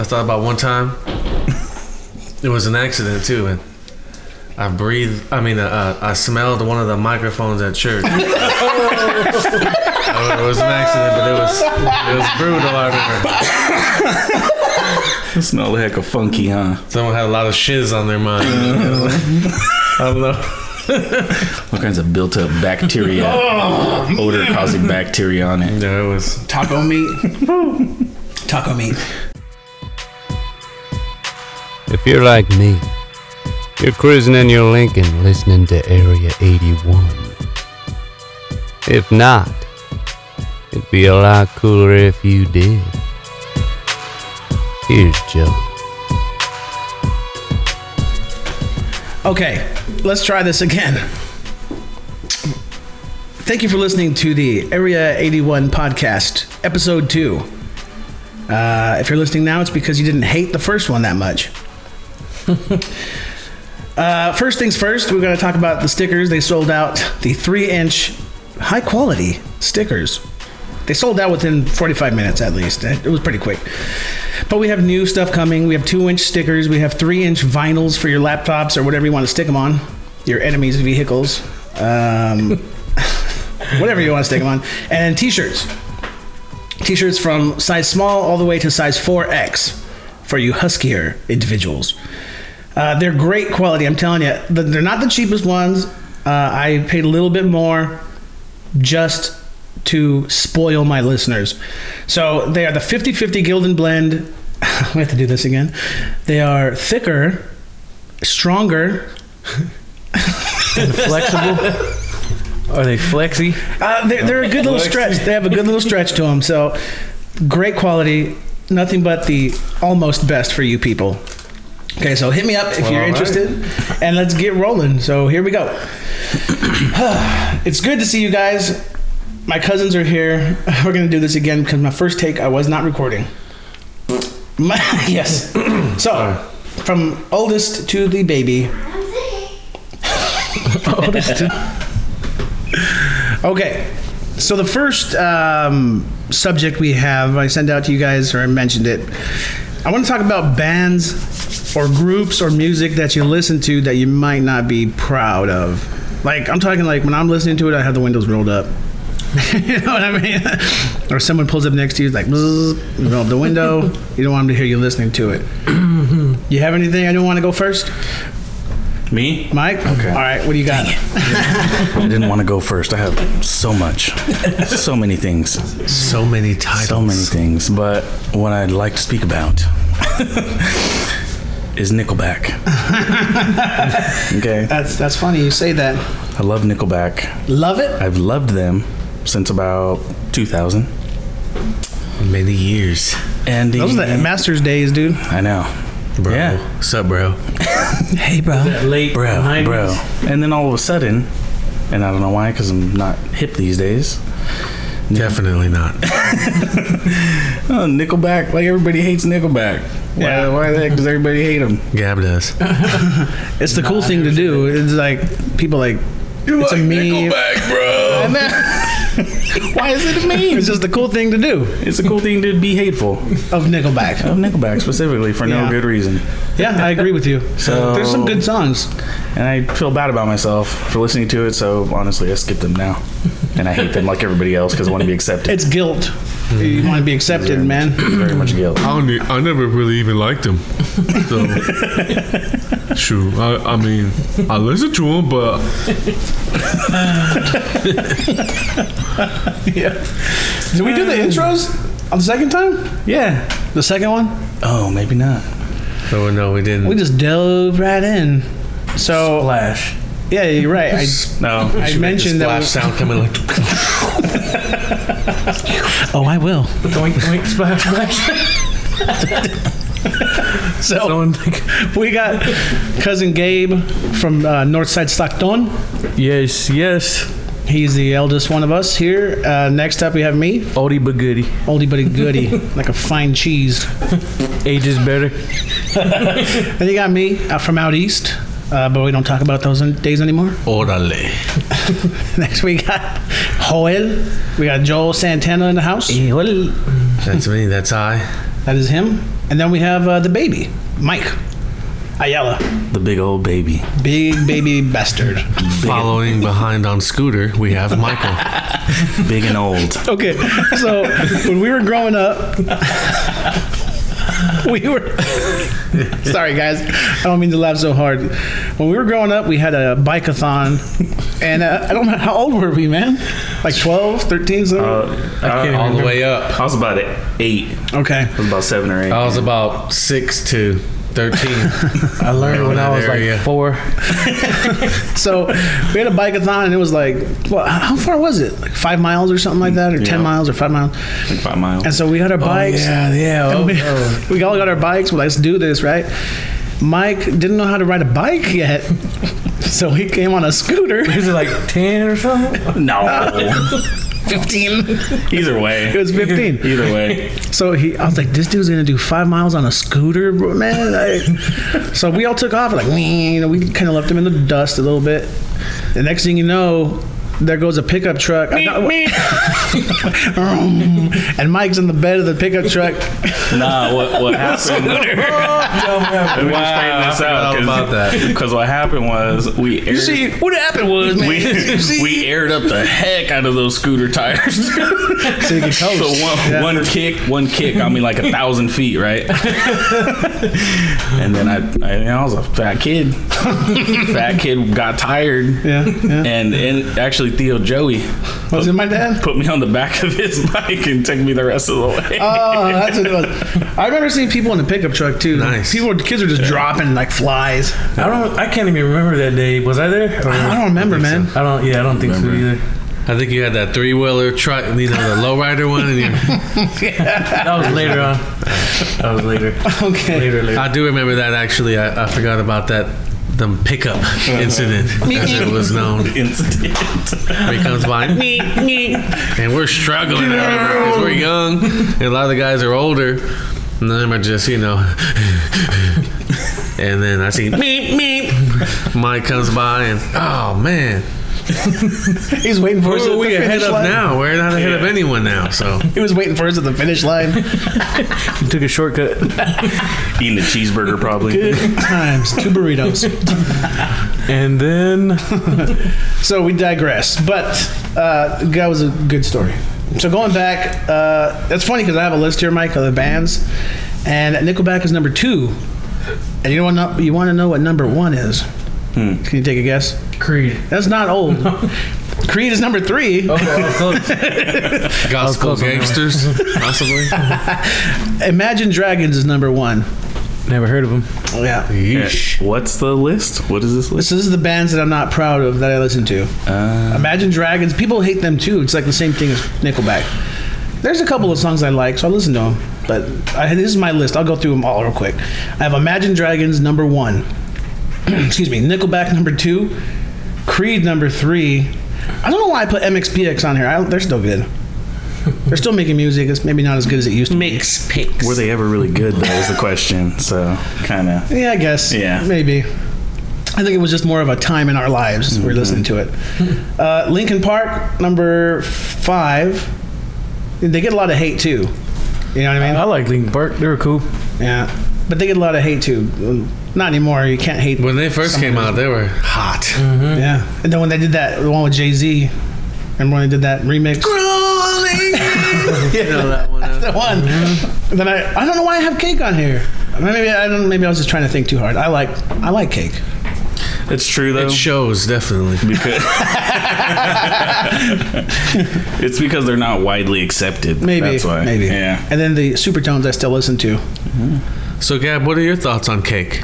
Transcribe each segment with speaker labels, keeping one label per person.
Speaker 1: I thought about one time. it was an accident too, and I breathed. I mean, uh, I smelled one of the microphones at church. Oh, it was an accident, but it was it was brutal. I remember
Speaker 2: It smell like a funky, huh?
Speaker 1: someone had a lot of shiz on their mind. I don't know.
Speaker 2: All kinds of built up bacteria. Odor causing bacteria on it.
Speaker 1: No, it was.
Speaker 3: Oh, Taco meat. Taco meat.
Speaker 4: If you're like me, you're cruising in your Lincoln listening to Area 81. If not, it'd be a lot cooler if you did. Here's Joe.
Speaker 3: Okay, let's try this again. Thank you for listening to the Area 81 podcast, episode two. Uh, if you're listening now, it's because you didn't hate the first one that much. uh, first things first, we're going to talk about the stickers. They sold out the three inch high quality stickers. They sold out within 45 minutes at least. It was pretty quick. But we have new stuff coming. We have two inch stickers. We have three inch vinyls for your laptops or whatever you want to stick them on, your enemies' vehicles, um, whatever you want to stick them on, and t shirts. T shirts from size small all the way to size 4X for you huskier individuals. Uh, they're great quality, I'm telling you. Th- They're not the cheapest ones. Uh, I paid a little bit more just to spoil my listeners. So they are the 50 50 Gildan blend. we have to do this again. They are thicker, stronger.
Speaker 5: Flexible? Are they flexy?
Speaker 3: Uh, they're, they're a good little stretch. They have a good little stretch to them. So great quality. Nothing but the almost best for you people. Okay, so hit me up if
Speaker 1: all
Speaker 3: you're
Speaker 1: right.
Speaker 3: interested and let's get rolling. So here we go. it's good to see you guys. My cousins are here. We're gonna do this again because my first take I was not recording. My, yes. So from oldest to the baby. oldest. To- okay. So the first um, subject we have, I sent out to you guys, or I mentioned it. I want to talk about bands or groups or music that you listen to that you might not be proud of. Like I'm talking like when I'm listening to it, I have the windows rolled up. you know what I mean? or someone pulls up next to you, like "Bzzz," you roll up the window. you don't want them to hear you listening to it. you have anything? I don't want to go first,
Speaker 2: Me?
Speaker 3: Mike. Okay. All right. What do you got?
Speaker 2: I didn't want to go first. I have so much, so many things.
Speaker 1: So many titles.
Speaker 2: so many things, but what I'd like to speak about is Nickelback. okay,
Speaker 3: That's that's funny. You say that.
Speaker 2: I love Nickelback.
Speaker 3: Love it.
Speaker 2: I've loved them since about 2000.
Speaker 1: Many years,
Speaker 2: And
Speaker 3: Those are the Masters days, dude.
Speaker 2: I know,
Speaker 1: bro.
Speaker 2: Yeah.
Speaker 1: What's up, bro?
Speaker 3: Hey, bro.
Speaker 5: Late
Speaker 2: bro,
Speaker 5: 90s?
Speaker 2: bro. And then all of a sudden, and I don't know why, because I'm not hip these days.
Speaker 1: Definitely not.
Speaker 2: Oh, Nickelback, like everybody hates Nickelback. Why,
Speaker 3: Yeah.
Speaker 2: why the heck does everybody hate them?
Speaker 1: Gab does.
Speaker 3: It's the cool thing to do. It's like people like. it's a meme.
Speaker 2: bro. why is it a meme?
Speaker 3: It's just the cool thing to do
Speaker 2: It's a cool thing to be hateful
Speaker 3: of Nickelback.
Speaker 2: of Nickelback specifically for
Speaker 3: Yeah.
Speaker 2: no good reason.
Speaker 3: Yeah, I agree with you.
Speaker 2: So-
Speaker 3: there's some good songs.
Speaker 2: And I feel bad about myself for listening to it, so honestly, I skipped them now. And I hate them like everybody else because I want to be accepted.
Speaker 3: It's guilt. You want to be accepted, man.
Speaker 2: Very much guilt.
Speaker 6: I, don't, e- I never really even liked him. So, shoot, I, I mean, I listened to him, but
Speaker 3: yeah. Did we do the intros on the second time?
Speaker 2: Yeah.
Speaker 3: The second one?
Speaker 2: Oh, maybe not.
Speaker 1: Oh no, we didn't.
Speaker 3: We just dove right in. So
Speaker 2: Flash.
Speaker 3: yeah, you're right. I,
Speaker 2: No.
Speaker 3: I mentioned that.
Speaker 1: Splash sound coming like.
Speaker 3: we- oh, I will.
Speaker 5: Doink, doink, splash, splash.
Speaker 3: So
Speaker 5: Someone like,
Speaker 3: we got cousin Gabe from uh, Northside Stockton.
Speaker 5: yes, yes.
Speaker 3: He's the eldest one of us here. Uh, next up, we have me,
Speaker 5: Oldie but goodie.
Speaker 3: oldie but goodie, like a fine cheese.
Speaker 5: Age is better.
Speaker 3: Then you got me uh, from out east, uh, but we don't talk about those an- days anymore.
Speaker 1: Orale.
Speaker 3: Next we got Joel. We got Joel Santana in the house.
Speaker 1: That's me. That's I.
Speaker 3: That is him. And then we have uh, the baby, Mike Ayala,
Speaker 2: The big old baby.
Speaker 3: big baby bastard.
Speaker 1: Following behind on Scooter, we have Michael.
Speaker 2: Big and old.
Speaker 3: Okay, so when we were growing up, we were. Sorry, guys, I don't mean to laugh so hard. When we were growing up, we had a bike-a-thon, and uh, I don't know how old were we, man? Like 12, 13, something.
Speaker 2: Uh, I,
Speaker 1: Uh, All the way up.
Speaker 2: I was about eight.
Speaker 3: okay.
Speaker 2: I was about seven or eight.
Speaker 3: Oh.
Speaker 1: I was about six to 13.
Speaker 5: I learned when I was
Speaker 1: Area.
Speaker 5: like four.
Speaker 3: So we had a bike-a-thon, and it was like, well, how far was it? Like five miles or something like that, or ten
Speaker 2: Yeah.
Speaker 3: miles or five miles.
Speaker 2: five miles.
Speaker 3: And so we got our bikes.
Speaker 5: yeah, yeah,
Speaker 3: And
Speaker 5: oh,
Speaker 3: we, we all got our bikes. We're like, let's do this, right? Mike didn't know how to ride a bike yet, so he came on a scooter.
Speaker 5: Is it like ten or something?
Speaker 2: no.
Speaker 3: Fifteen.
Speaker 2: Either
Speaker 3: It
Speaker 2: way.
Speaker 3: was fifteen.
Speaker 2: Either way.
Speaker 3: So he, I was like, this dude's gonna do five miles on a scooter, bro, man. Like, so we all took off, like, "Wee," you know, we kind of left him in the dust a little bit. The next thing you know, there goes a pickup truck. I thought- Um, and Mike's in the bed of the pickup truck.
Speaker 2: Nah, what, what happened? Let me just straighten this out.
Speaker 1: all about that.
Speaker 2: Because what happened was we aired,
Speaker 3: what happened was,
Speaker 2: we, we aired up the heck out of those scooter tires.
Speaker 3: so you can coast.
Speaker 2: So one,
Speaker 3: Oh, Yeah.
Speaker 2: one kick, one kick. I mean, like a thousand feet, right? and then I, I, you know, I was a fat kid. fat kid got tired.
Speaker 3: Yeah, yeah.
Speaker 2: And and actually, Theo Joey
Speaker 3: Was it my dad?
Speaker 2: put me on the back of his bike and took me the rest of the way.
Speaker 3: Oh, that's what it was. I remember seeing people in the pickup truck too.
Speaker 1: Nice.
Speaker 3: People, kids are just dropping like flies.
Speaker 5: I don't. I can't even remember that day. Was I there? Or-
Speaker 3: I don't remember, man.
Speaker 5: I don't. Yeah, I don't think
Speaker 2: Remember.
Speaker 5: so either.
Speaker 1: I think you had that three wheeler truck, you know, the lowrider one. And you,
Speaker 5: That was later on. That was later.
Speaker 3: Okay.
Speaker 5: Later, later.
Speaker 1: I do remember that actually. I, I forgot about that. The pickup incident, as it was known,
Speaker 2: Incident.
Speaker 1: where he comes by, and we're struggling because we're young, and a lot of the guys are older, and them are just you know, and then I see meep meep, Mike comes by, and oh man,
Speaker 3: He's waiting for us.
Speaker 1: Who are
Speaker 3: at the
Speaker 1: we ahead
Speaker 3: finish
Speaker 1: of
Speaker 3: line.
Speaker 1: now? We're not ahead of anyone now. So
Speaker 3: He was waiting for us at the finish line.
Speaker 5: You took a shortcut.
Speaker 2: Eating a cheeseburger, probably.
Speaker 3: Good times, two burritos.
Speaker 5: And then
Speaker 3: So we digress, but uh, that was a good story. So going back, uh, that's funny because I have a list here, Mike, of the bands, and Nickelback is number two. And you know what? You want to know what number one is?
Speaker 5: Hmm.
Speaker 3: Can you take a guess?
Speaker 5: Creed.
Speaker 3: That's not old. Creed is number three.
Speaker 5: Okay, I was close.
Speaker 1: gospel
Speaker 5: close on that one.
Speaker 1: gangsters, possibly.
Speaker 3: Imagine Dragons is number one.
Speaker 5: Never heard of him.
Speaker 3: Yeah.
Speaker 1: Yeesh.
Speaker 2: What's the list? What is this list?
Speaker 3: So this is the bands that I'm not proud of that I listen to.
Speaker 2: Uh,
Speaker 3: Imagine Dragons. People hate them too. It's like the same thing as Nickelback. There's a couple of songs I like, so I listen to them. But I, this is my list. I'll go through them all real quick. I have Imagine Dragons number one. Excuse me. Nickelback number two. Creed number three. I don't know why I put MXPX on here. I don't, they're still good. They're still making music. It's maybe not as good as it used to be.
Speaker 7: Mix picks.
Speaker 2: were they ever really good? That was the question. So kind of.
Speaker 3: Yeah, I guess.
Speaker 2: Yeah.
Speaker 3: Maybe. I think it was just more of a time in our lives.
Speaker 2: Mm-hmm.
Speaker 3: We're listening to it. Uh, Lincoln Park, number five. They get a lot of hate too. You know what I
Speaker 5: I
Speaker 3: mean?
Speaker 5: like Linkin Park. They were cool.
Speaker 3: Yeah. But they get a lot of hate too. Not anymore. You can't hate.
Speaker 1: When they first came out, they were hot.
Speaker 3: Yeah. And then when they did that, the one with Jay Z, and when they did that remix.
Speaker 1: You know that one, huh?
Speaker 3: the one. Then I, I don't know why I have cake on here. Maybe I don't. Maybe I was just trying to think too hard. I like I like cake.
Speaker 2: It's true though.
Speaker 1: It shows definitely.
Speaker 2: because it's because they're not widely accepted.
Speaker 3: Maybe
Speaker 2: that's why.
Speaker 3: maybe.
Speaker 2: Yeah.
Speaker 3: And then the supertones I still listen to.
Speaker 1: So, Gab, what are your thoughts on cake?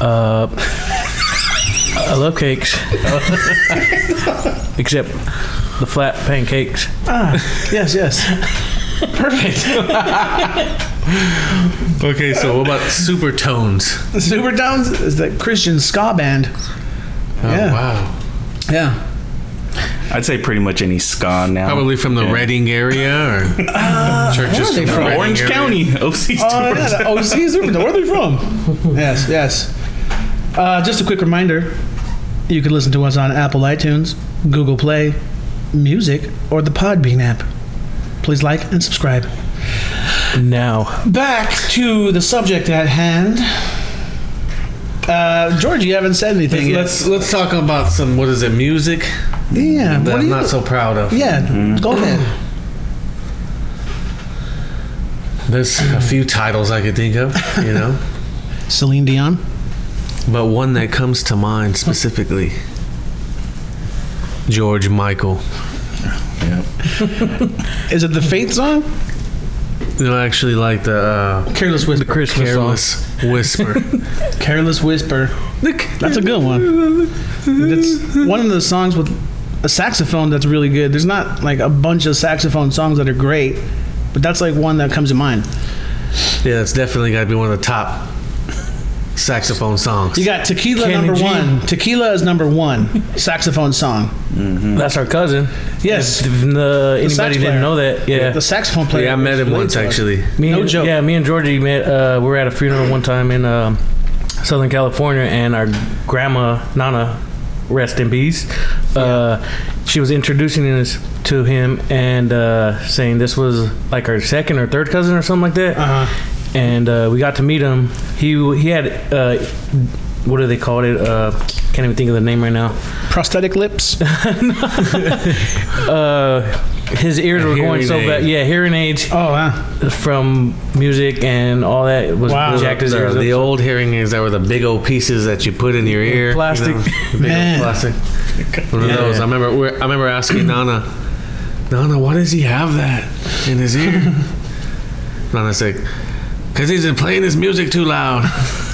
Speaker 5: Uh, I love cakes, except the flat pancakes.
Speaker 3: Ah, Yes, yes. Perfect.
Speaker 1: Okay, so what about super tones?
Speaker 3: Supertones is the Christian ska band.
Speaker 1: Oh,
Speaker 3: Yeah.
Speaker 1: wow.
Speaker 3: Yeah.
Speaker 2: I'd say pretty much any ska now.
Speaker 1: Probably from the
Speaker 2: Yeah.
Speaker 1: Reading area or churches
Speaker 3: where are they
Speaker 1: Uh, from the
Speaker 3: from?
Speaker 1: Reading
Speaker 2: Orange
Speaker 1: area.
Speaker 2: County, OC
Speaker 3: Oh, yeah,
Speaker 2: Stewart.
Speaker 3: the OC Supertones. Where are they from? Yes, yes. Uh, just a quick reminder you can listen to us on Apple iTunes, Google Play, Music, or the Podbean app. Please like and subscribe.
Speaker 5: now.
Speaker 3: Back to the subject at hand. Uh, George, you haven't said anything yet.
Speaker 1: Let's let's talk about some what is it music
Speaker 3: yeah,
Speaker 1: that
Speaker 3: what do
Speaker 1: I'm
Speaker 3: you-
Speaker 1: not so proud of.
Speaker 3: yeah, go ahead.
Speaker 1: There's a few titles I could think of, you know,
Speaker 3: Celine Dion.
Speaker 1: but one that comes to mind specifically. George Michael.
Speaker 3: Is it the Fate song?
Speaker 1: You know, I actually like the uh,
Speaker 3: Careless Whisper. The Christmas
Speaker 1: Careless Whisper.
Speaker 3: Careless Whisper.
Speaker 1: Look,
Speaker 3: That's a good one. That's one of the songs with a saxophone that's really good. There's not like a bunch of saxophone songs that are great, but that's like one that comes to mind.
Speaker 1: yeah, it's definitely got to be one of the top saxophone songs.
Speaker 3: You got Tequila
Speaker 5: Kenny
Speaker 3: number
Speaker 5: G.
Speaker 3: one. Tequila is number one saxophone song.
Speaker 5: That's our cousin.
Speaker 3: Yes.
Speaker 5: If the,
Speaker 3: sax
Speaker 5: anybody
Speaker 3: player.
Speaker 5: didn't know that, yeah.
Speaker 3: The saxophone player.
Speaker 1: yeah, I met him once actually.
Speaker 5: Me
Speaker 3: No
Speaker 5: and,
Speaker 3: joke.
Speaker 5: Yeah, me and Georgie met. Uh, we were at a funeral one time in um Southern California, and our grandma Nana, rest in peace. Uh, she was introducing us to him and uh, saying this was like our second or third cousin or something like that.
Speaker 3: Uh-huh.
Speaker 5: And uh, we got to meet him. He he had uh, what do they call it? Uh, can't even think of the name right now.
Speaker 3: Prosthetic lips.
Speaker 5: Uh, his ears were going
Speaker 1: hearing
Speaker 5: so
Speaker 1: aid.
Speaker 5: bad. Yeah, hearing aids
Speaker 3: Oh, wow.
Speaker 5: from music and all that was
Speaker 3: Wow.
Speaker 5: jacked his
Speaker 1: the,
Speaker 5: ears up.
Speaker 1: the old hearing aids that were the big old pieces that you put in your ear,
Speaker 5: Plastic.
Speaker 1: you know, the big
Speaker 3: Man.
Speaker 1: old plastic. One of
Speaker 5: Yeah.
Speaker 1: those. I remember. we're- I remember asking Nana, Nana, why does he have that in his ear? Nana's like, because he's been playing this music too loud,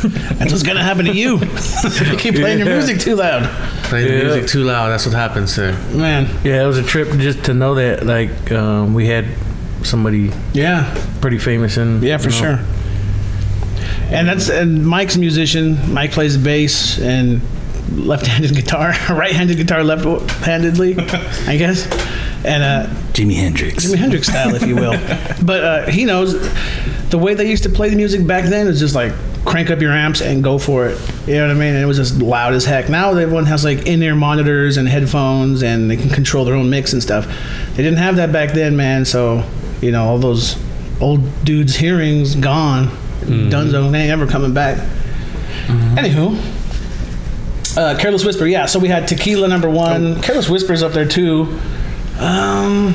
Speaker 3: That's what's going to happen to you. you keep playing your
Speaker 5: Yeah.
Speaker 3: music too loud.
Speaker 1: playing the
Speaker 5: Yeah.
Speaker 1: music too loud. That's what happens there.
Speaker 3: Man.
Speaker 5: Yeah, it was a trip just to know that like um, we had somebody
Speaker 3: Yeah.
Speaker 5: pretty famous and
Speaker 3: Yeah, for
Speaker 5: you know,
Speaker 3: sure. And that's and Mike's a musician. Mike plays bass and left-handed guitar, right-handed guitar, left-handedly, I guess, and uh,
Speaker 2: Jimi Hendrix.
Speaker 3: Jimi Hendrix style, if you will. But uh, he knows the way they used to play the music back then is just like crank up your amps and go for it. You know what I mean? And it was just loud as heck. Now everyone has like in-ear monitors and headphones, and they can control their own mix and stuff. They didn't have that back then, man. So you know all those old dudes' hearings gone. Dunzo, they ain't ever coming back. Anywho. Uh, Careless Whisper, yeah. So we had Tequila number one. Careless Whisper's up there too. Um,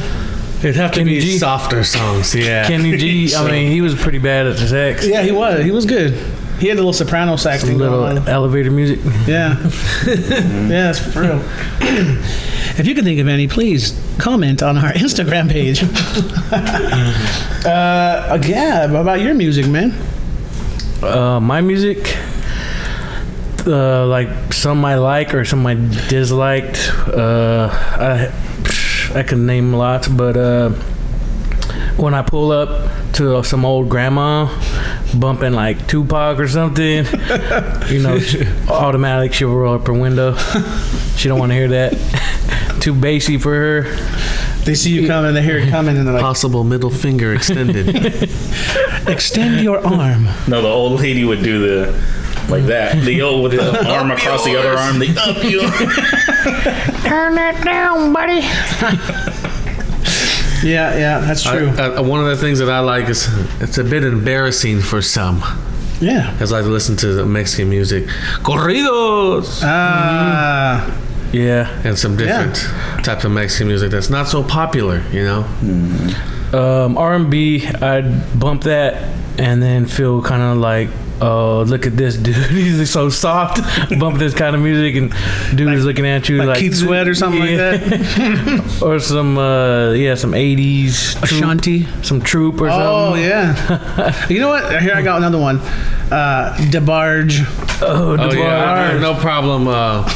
Speaker 1: It'd have to
Speaker 5: Kenny
Speaker 1: be
Speaker 5: G.
Speaker 1: softer songs. Yeah.
Speaker 5: Kenny G. I mean, he was pretty bad at the sax.
Speaker 3: Yeah, he was. He was good. He had a little soprano sax thing
Speaker 5: Little
Speaker 3: going on.
Speaker 5: elevator music.
Speaker 3: Yeah. Mm-hmm. yeah, that's for real. if you can think of any, please comment on our Instagram page. uh, yeah, about your music, man.
Speaker 5: Uh, my music, uh, like some I like or some I disliked. Uh, I I can name lots, but uh, when I pull up to some old grandma bumping like Tupac or something, you know, she, automatic she'll roll up her window. She don't want to hear that. Too bassy for her.
Speaker 3: They see you coming, they hear it coming, and they're like,
Speaker 1: Possible middle finger extended.
Speaker 3: extend your arm.
Speaker 2: No, the old lady would do the like that. The old with the arm across the other arm. The up yours.
Speaker 5: Turn that down, buddy.
Speaker 3: Yeah, yeah, that's
Speaker 1: I-
Speaker 3: true.
Speaker 1: I- one of the things that I like is it's a bit embarrassing for some.
Speaker 3: yeah.
Speaker 1: As I like to listen to the Mexican music, corridos.
Speaker 3: Ah,
Speaker 5: Mm-hmm. Yeah.
Speaker 1: and some different types of Mexican music that's not so popular, you know?
Speaker 5: um, R&B, I'd bump that and then feel kind of like, oh, look at this dude. He's so soft. bump this kind of music and dude is looking at you
Speaker 3: like,
Speaker 5: like,
Speaker 3: Keith Sweat or something like that.
Speaker 5: that. Or some, uh, yeah, some 80s. Troop,
Speaker 3: Ashanti.
Speaker 5: Some troop or
Speaker 3: Oh,
Speaker 5: something.
Speaker 3: yeah. you know what? Here I got another one. Uh, DeBarge.
Speaker 5: Oh,
Speaker 1: Oh,
Speaker 5: the
Speaker 1: yeah. I have
Speaker 5: bars.
Speaker 1: no problem uh,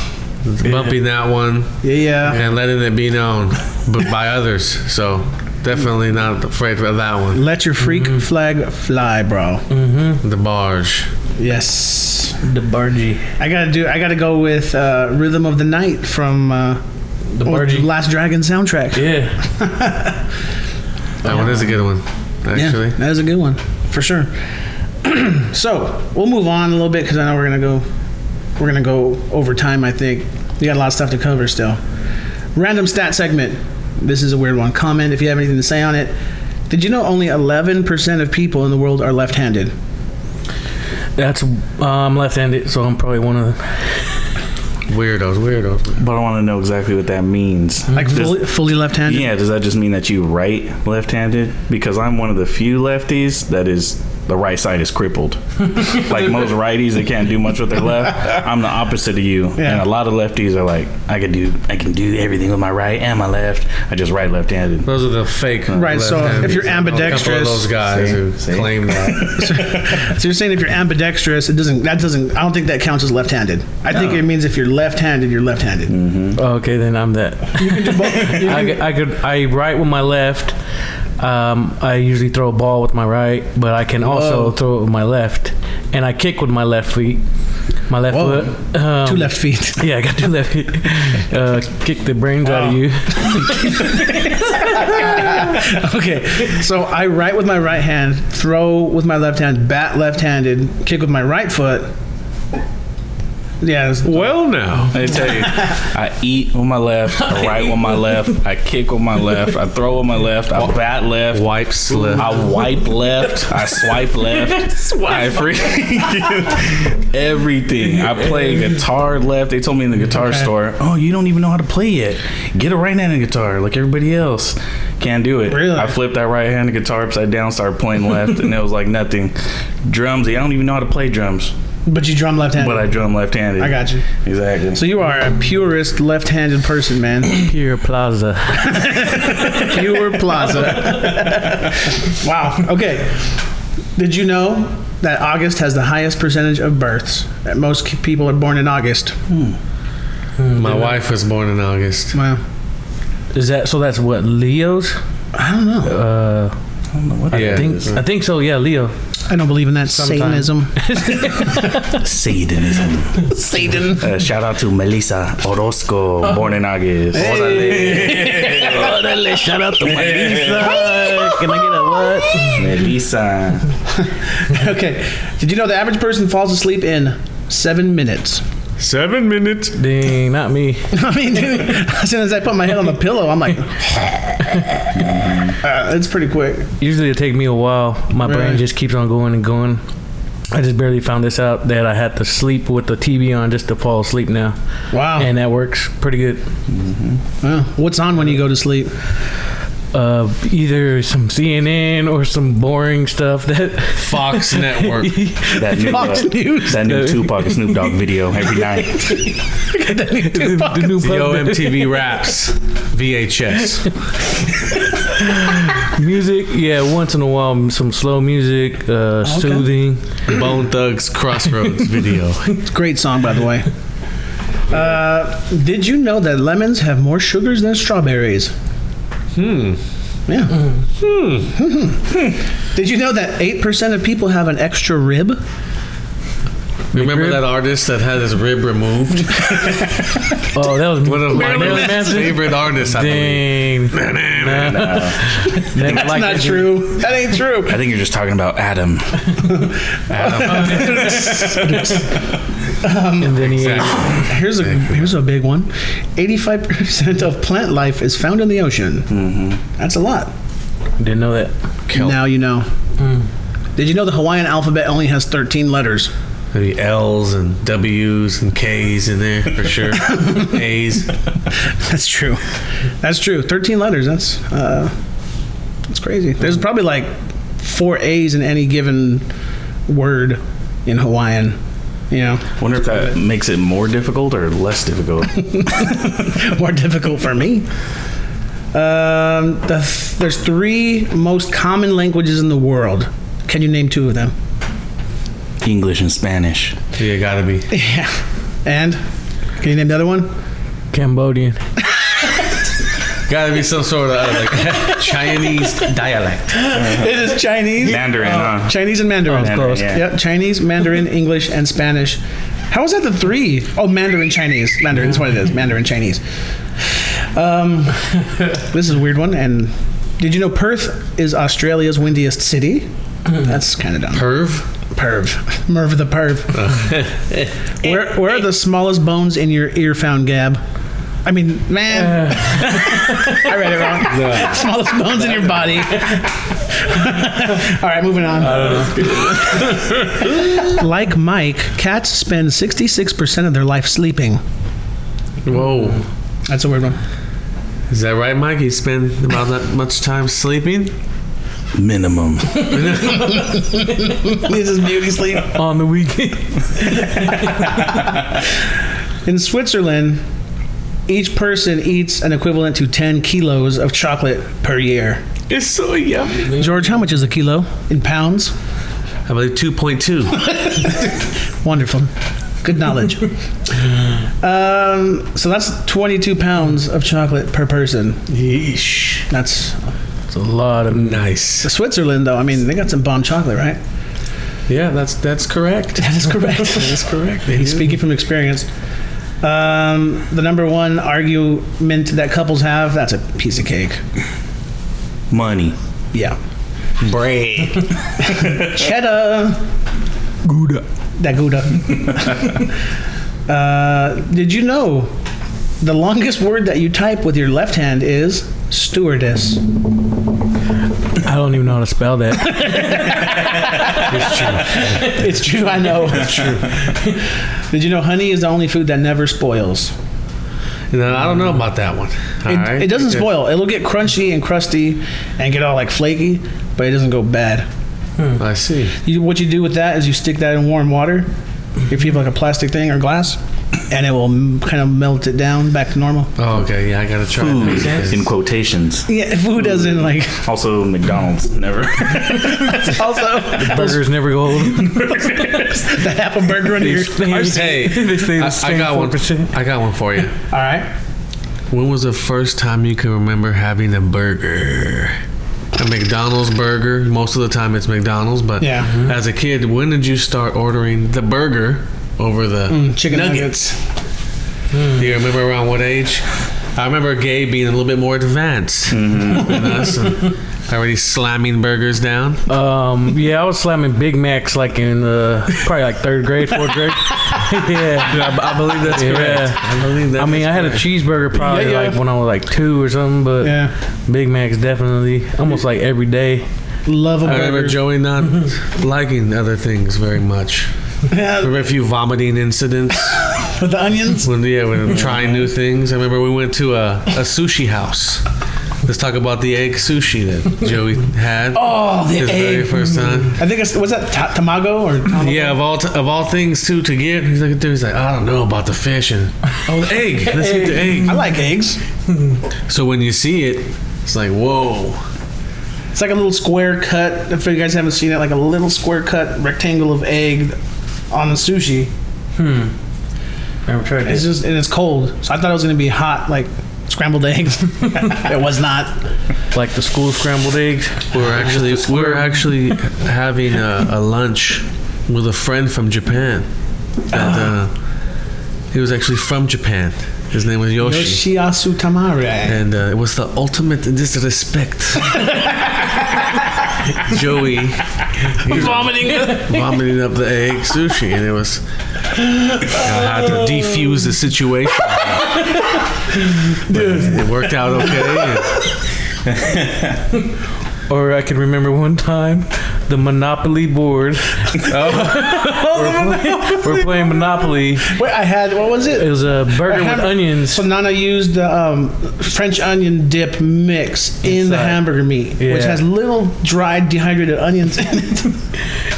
Speaker 1: bumping that one
Speaker 3: Yeah, yeah.
Speaker 1: and letting it be known but by others. So definitely not afraid of that one.
Speaker 3: Let your freak
Speaker 5: Mm-hmm.
Speaker 3: flag fly, bro.
Speaker 1: The barge.
Speaker 3: Yes.
Speaker 5: The bargy.
Speaker 3: I gotta do. I gotta go with uh, "Rhythm of the Night" from uh,
Speaker 5: The
Speaker 3: or
Speaker 5: bargy.
Speaker 3: Last Dragon soundtrack.
Speaker 5: Yeah.
Speaker 1: That one is a good one, actually.
Speaker 3: that is a good one for sure. so we'll move on a little bit because I know we're gonna go. We're gonna go over time. I think we got a lot of stuff to cover still. Random stat segment. This is a weird one. Comment if you have anything to say on it. Did you know only 11% of people in the world are left handed?
Speaker 5: That's uh, I'm left-handed, so I'm probably one of the
Speaker 1: Weirdos, weirdos.
Speaker 2: But I want to know exactly what that means.
Speaker 3: Like
Speaker 5: Mm-hmm.
Speaker 2: Does-
Speaker 3: fully, fully left handed?
Speaker 2: Yeah, does that just mean that you right left-handed? Because I'm one of the few lefties that is the right side is crippled. like most righties, they can't do much with their left. I'm the opposite of you,
Speaker 3: Yeah.
Speaker 2: and a lot of lefties are like, I can do, I can do everything with my right and my left. I just right left-handed.
Speaker 1: Those are the fake.
Speaker 3: Right, so
Speaker 1: left-handed.
Speaker 3: if you're
Speaker 1: I know a couple of
Speaker 3: ambidextrous-
Speaker 1: those guys
Speaker 2: See?
Speaker 1: who
Speaker 2: See?
Speaker 1: claim that.
Speaker 3: So you're saying if you're ambidextrous, it doesn't, that doesn't, I don't think that counts as left handed. I think it means if you're left handed, you're left handed.
Speaker 2: Mm.
Speaker 5: Oh, Okay, then I'm that. I, could- I could I right with my left. Um, I usually throw a ball with my right, but I can also throw it with my left, and I kick with my left feet. My left
Speaker 3: Whoa.
Speaker 5: foot. Um,
Speaker 2: Oh.
Speaker 3: Two left feet.
Speaker 5: Yeah, I got two left feet. Uh, kick the brains out of you.
Speaker 3: okay, so I write with my right hand, throw with my left hand, bat left handed, kick with my right foot. Yeah, it's-
Speaker 1: well, now.
Speaker 2: Let me tell you, I eat with my left, I right with my left, I kick with my left, I throw with my left, I bat left,
Speaker 1: Wipe slip.
Speaker 2: I wipe left. I swipe left. I freaking everything. I play guitar left. They told me in the guitar store, "Oh, you don't even know how to play yet. Get a right-handed guitar like everybody else. Can't do it."
Speaker 3: Really?
Speaker 2: I flipped that right-handed guitar upside down, started playing left, and it was like nothing. Drums. I don't even know how to play drums,
Speaker 3: but you drum left handed.
Speaker 2: but I drum left-handed.
Speaker 3: I got you.
Speaker 2: Exactly.
Speaker 3: So you are a purist left handed person, man.
Speaker 5: Pure Plaza.
Speaker 3: Pure Plaza. wow. Okay. Did you know that August has the highest percentage of births? That most ki- people are born in August.
Speaker 2: Hmm.
Speaker 1: My wife was born in August.
Speaker 3: Wow.
Speaker 5: Is that so? That's what Leo's.
Speaker 3: I don't know.
Speaker 5: Uh,
Speaker 2: I don't know what that
Speaker 1: Yeah.
Speaker 5: I think
Speaker 2: is.
Speaker 5: I think so. Yeah, Leo.
Speaker 3: I don't believe in that
Speaker 5: Sometime.
Speaker 3: Satanism.
Speaker 2: Satanism.
Speaker 3: Satan.
Speaker 2: Uh, shout out to Melissa Orozco, born in August. Orale. Orale, shout out to Melissa. Can I get a what? Melissa.
Speaker 3: Okay. Did you know the average person falls asleep in seven minutes?
Speaker 1: Seven minutes.
Speaker 5: Dang, not me.
Speaker 3: I mean, dude, as soon as I put my head on the pillow, I'm like, uh, it's pretty quick.
Speaker 5: Usually it take me a while. My
Speaker 3: Really?
Speaker 5: brain just keeps on going and going. I just barely found this out that I had to sleep with the TV on just to fall asleep now,
Speaker 1: Oh.
Speaker 3: Wow.
Speaker 5: and that works pretty good.
Speaker 3: Wow. what's on when you go to sleep?
Speaker 5: Uh, either some CNN or some boring stuff that
Speaker 1: Fox Network.
Speaker 2: That new,
Speaker 3: Fox
Speaker 2: uh,
Speaker 3: News.
Speaker 2: That new Tupac and Snoop Dogg video every night.
Speaker 5: the new
Speaker 1: Yo,
Speaker 5: pub-
Speaker 1: MTV Raps. VHS.
Speaker 5: music. Yeah, once in a while, some slow music, uh, soothing.
Speaker 1: Bone Thugs Crossroads video.
Speaker 3: It's a great song, by the way. Uh, did you know that lemons have more sugars than strawberries? Hmm. Yeah. Hmm. did you know that 8% of people have an extra rib?
Speaker 1: Remember that artist that had his rib removed?
Speaker 5: Oh, that was
Speaker 1: One of
Speaker 5: Marilyn
Speaker 1: my
Speaker 5: Manson?
Speaker 1: favorite artists, I believe.
Speaker 5: Dang, that's
Speaker 3: That's not true. That ain't true.
Speaker 2: I think you're just talking about Adam.
Speaker 5: And then he ate
Speaker 3: Here's a here's a big one. 85% of plant life is found in the ocean. That's a lot.
Speaker 5: Didn't know that.
Speaker 1: Kelp.
Speaker 3: Now you know. Did you know the Hawaiian alphabet only has 13 letters?
Speaker 1: Maybe L's and W's and K's in there for sure. A's.
Speaker 3: That's true. That's true. 13 letters. That's uh, that's crazy. There's probably like four A's in any given word in Hawaiian. You know,
Speaker 2: Wonder if that makes it more difficult or less difficult.
Speaker 3: more difficult for me. Um, the th- there's three most common languages in the world. Can you name two of them?
Speaker 2: English and Spanish.
Speaker 1: Yeah, gotta be.
Speaker 3: Yeah. And can you name the other one?
Speaker 5: Cambodian.
Speaker 1: Gotta be some sort of like Chinese dialect.
Speaker 3: It is Chinese.
Speaker 2: Mandarin, huh?
Speaker 3: Chinese and Mandarin.
Speaker 2: Oh, Mandarin, yeah.
Speaker 3: Yep, Chinese, Mandarin, English, and Spanish. How is that the three? Oh, Mandarin Chinese. Mandarin is what it is. Mandarin Chinese. Um, this is a weird one. And did you know Perth is Australia's windiest city? That's kind of dumb.
Speaker 1: Perv?
Speaker 3: Perv. Merv the Perv. where, where are the smallest bones in your ear found, Gab? I mean, man, I read it wrong. Smallest bones in your body. All right, moving on. like Mike, cats spend 66% of their life sleeping.
Speaker 1: Whoa.
Speaker 3: That's a weird one.
Speaker 1: Is that right, Mike? You spend about that much time sleeping?
Speaker 2: Minimum.
Speaker 3: this is beauty sleep.
Speaker 5: on the weekend.
Speaker 3: In Switzerland, each person eats an equivalent to 10 kilos of chocolate per year.
Speaker 1: It's so yummy.
Speaker 3: George, how much is a kilo in pounds?
Speaker 1: I believe 2.2.
Speaker 3: Wonderful. Good knowledge. um, so that's 22 pounds of chocolate per person.
Speaker 1: Yeesh.
Speaker 3: That's
Speaker 5: It's a lot of
Speaker 1: Nice.
Speaker 3: Switzerland, though. I mean, they got some bomb chocolate, right?
Speaker 1: Yeah, that's that's correct.
Speaker 3: That is correct.
Speaker 1: That's correct. They
Speaker 3: He's
Speaker 1: do.
Speaker 3: speaking from experience. Um, the number one argument that couples have that's a piece of cake.
Speaker 2: Money.
Speaker 3: Yeah.
Speaker 1: Brain.
Speaker 3: Cheddar.
Speaker 2: Gouda.
Speaker 3: That Gouda. uh, did you know the longest word that you type with your left hand is stewardess?
Speaker 5: I don't even know how to spell that.
Speaker 3: It's true, I know. It's true. Did you know honey is the only food that never spoils?
Speaker 1: No, I don't know about that one. All
Speaker 3: It,
Speaker 1: right.
Speaker 3: it doesn't spoil. It'll get crunchy and crusty and get all like flaky, but it doesn't go bad.
Speaker 1: I see.
Speaker 3: You, what you do with that is you stick that in warm water, if you have like a plastic thing or glass, and it will m- kind of melt it down back to normal.
Speaker 1: Oh, okay. Yeah, I gotta try.
Speaker 2: Food.
Speaker 1: that.
Speaker 2: In quotations.
Speaker 3: Yeah, food doesn't like.
Speaker 2: Also, McDonald's. Never.
Speaker 3: Also,
Speaker 5: Burgers never go old.
Speaker 3: the apple burger under your.
Speaker 1: Hey,
Speaker 5: they stay the
Speaker 1: I, I
Speaker 5: same
Speaker 1: got one.
Speaker 5: 4%.
Speaker 1: I got one for you.
Speaker 3: All right.
Speaker 1: When was the first time you can remember having a burger? A McDonald's burger. Most of the time it's McDonald's, but
Speaker 3: Yeah. Mhm.
Speaker 1: as a kid, when did you start ordering the burger over the
Speaker 3: Mm, chicken
Speaker 1: nuggets? Hmm. Do you remember around what age? I remember Gabe being a little bit more advanced
Speaker 5: Mm-hmm.
Speaker 1: than us and already slamming burgers down.
Speaker 5: Um, yeah, I was slamming Big Macs like in uh, probably like third grade, fourth grade. yeah.
Speaker 1: I, I believe that's
Speaker 5: Yeah.
Speaker 1: correct. I believe that.
Speaker 5: I mean,
Speaker 1: is
Speaker 5: I had a
Speaker 1: correct.
Speaker 5: cheeseburger probably
Speaker 3: Yeah, yeah.
Speaker 5: like when I was like two or something, but
Speaker 3: Yeah.
Speaker 5: Big Macs definitely almost like every day.
Speaker 3: Love a
Speaker 1: I remember
Speaker 3: burger.
Speaker 1: Joey not
Speaker 5: Mm-hmm.
Speaker 1: liking other things very much.
Speaker 3: Yeah,
Speaker 1: Remember a few vomiting incidents.
Speaker 3: with the onions.
Speaker 1: When yeah, when trying new things. I remember we went to a, a sushi house. Let's talk about the egg sushi that Joey had
Speaker 3: Oh, the
Speaker 1: his very
Speaker 3: egg. Mm-hmm.
Speaker 1: first time.
Speaker 3: I think it's was that ta- tamago or tamago?
Speaker 1: Yeah, of all t- of all things too to get. He's like, dude, he's like, I don't know about the fish and oh, the egg. Let's eat the
Speaker 3: I
Speaker 1: egg.
Speaker 3: like eggs.
Speaker 1: So when you see it, it's like, whoa.
Speaker 3: It's like a little square cut. If you guys haven't seen it, like a little square cut rectangle of egg on the sushi.
Speaker 5: Never tried
Speaker 3: It's just and it's cold, so I thought it was gonna be hot, like scrambled eggs. it was not.
Speaker 5: Like the school scrambled eggs.
Speaker 1: We were actually we were actually having a, a lunch with a friend from Japan. And,
Speaker 3: Ah.
Speaker 1: uh, he was actually from Japan. His name was Yoshi.
Speaker 3: Yoshiasu Tamare.
Speaker 1: and uh, it was the ultimate disrespect. Joey vomiting, vomiting up the egg sushi, and it was. I had to defuse the situation. But it worked out okay.
Speaker 5: Or I can remember one time the Monopoly board. we're, playing, we're playing Monopoly.
Speaker 3: Wait, I had what was
Speaker 5: It
Speaker 3: it?
Speaker 5: was a burger with onions.
Speaker 3: So Nana used the um, French onion dip mix in the
Speaker 5: Inside.
Speaker 3: hamburger meat, which
Speaker 5: Yeah.
Speaker 3: has little dried dehydrated onions in it.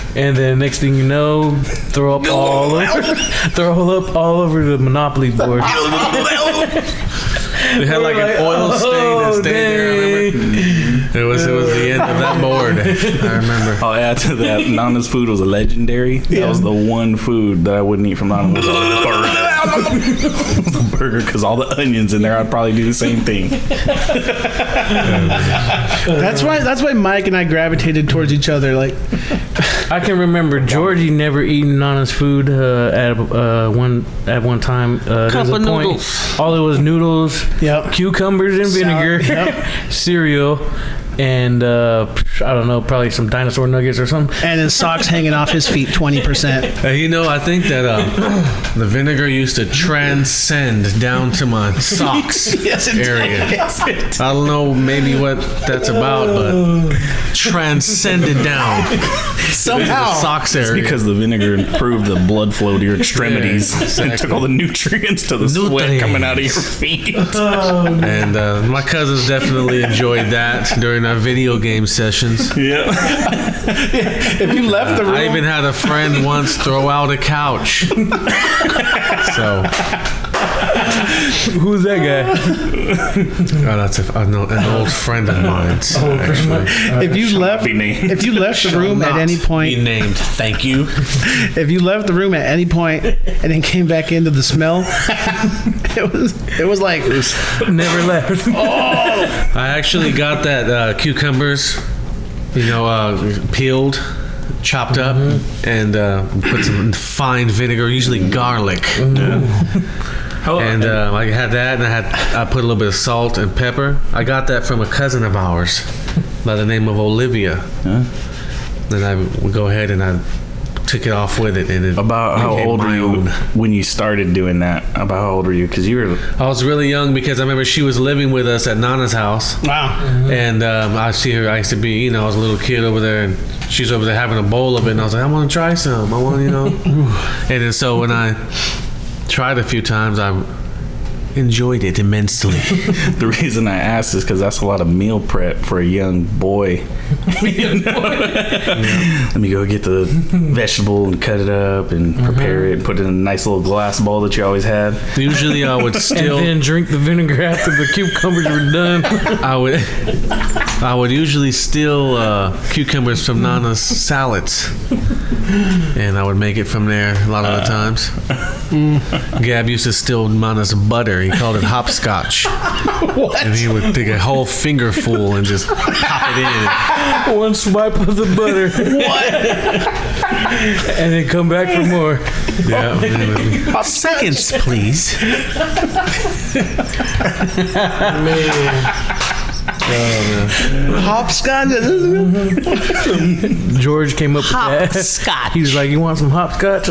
Speaker 5: And then next thing you know, throw up all over, throw up all over the Monopoly board.
Speaker 1: It had like an oil
Speaker 5: Oh,
Speaker 1: stain that stayed there. I remember. It was it was the end of that board. I remember.
Speaker 2: I'll add Oh, to that. Nana's food was legendary. That was the one food that I wouldn't eat from Nana. Was a burger. burger, because all the onions in there, I'd probably do the same thing.
Speaker 3: that's why. That's why Mike and I gravitated towards each other. Like
Speaker 5: I can remember Georgie never eating Nana's food uh, at uh, one at one time. Uh, there was a
Speaker 1: of
Speaker 5: point,
Speaker 1: noodles.
Speaker 5: All it was noodles,
Speaker 3: Yep.
Speaker 5: cucumbers and
Speaker 3: Sour-
Speaker 5: vinegar, cereal, and uh, I don't know, probably some dinosaur nuggets or something.
Speaker 3: and his socks hanging off his feet 20%.
Speaker 1: Hey, you know, I think that uh, the vinegar used to transcend down to my socks area. I don't know maybe what that's about, but transcended down
Speaker 2: Somehow.
Speaker 1: the socks area.
Speaker 2: Because the vinegar improved the blood flow to your extremities
Speaker 1: Yeah,
Speaker 2: and took all the nutrients to the sweat coming out of your feet.
Speaker 1: and uh, my cousins definitely enjoyed that during our video game sessions.
Speaker 2: yeah. If you left the
Speaker 1: I even had a friend once throw out a couch. so,
Speaker 5: Who's that guy?
Speaker 1: oh, that's a, an, old- an old friend of mine. actually.
Speaker 3: If you left
Speaker 2: name.
Speaker 3: if you left the room at
Speaker 1: Not
Speaker 3: any
Speaker 1: be
Speaker 3: point,
Speaker 1: named. Thank you.
Speaker 3: if you left the room at any point and then came back into the smell, it was it was like
Speaker 5: Never left.
Speaker 1: I actually got that uh, cucumbers, you know, uh, peeled, chopped up,
Speaker 2: Mm-hmm.
Speaker 1: and uh, put some fine vinegar, usually garlic.
Speaker 2: Mm-hmm.
Speaker 1: And uh, I had that, and I had I put a little bit of salt and pepper. I got that from a cousin of ours by the name of Olivia. Then I would go ahead and I took it off with it, and it
Speaker 2: About how
Speaker 1: became
Speaker 2: old
Speaker 1: my
Speaker 2: were you
Speaker 1: own.
Speaker 2: when you started doing that? About how old were you? Because you were
Speaker 1: I was really young because I remember she was living with us at Nana's house.
Speaker 3: wow.
Speaker 1: And um, I see her. I used to be, you know, I was a little kid over there, and she's over there having a bowl of it. And I was like, I want to try some. I want, to, you know. and then so when I tried a few times, I enjoyed it immensely.
Speaker 2: the reason I asked is because that's a lot of meal prep for a young boy. You know? Let me go get the vegetable and cut it up and prepare it and put it in a nice little glass bowl that you always had.
Speaker 1: Usually, I would
Speaker 5: and
Speaker 1: still,
Speaker 5: then drink the vinegar after the cucumbers were done.
Speaker 1: I would, I would usually steal uh, cucumbers from Nana's salads, and I would make it from there a lot of the times. Gab used to steal Nana's butter. He called it hopscotch. And he would take a whole fingerful and just pop it in.
Speaker 5: One swipe of the butter. What? and then come back for more.
Speaker 1: Yeah. Seconds, please.
Speaker 3: Hopscotch.
Speaker 5: George came up with that. He was like, "You want some hopscotch?"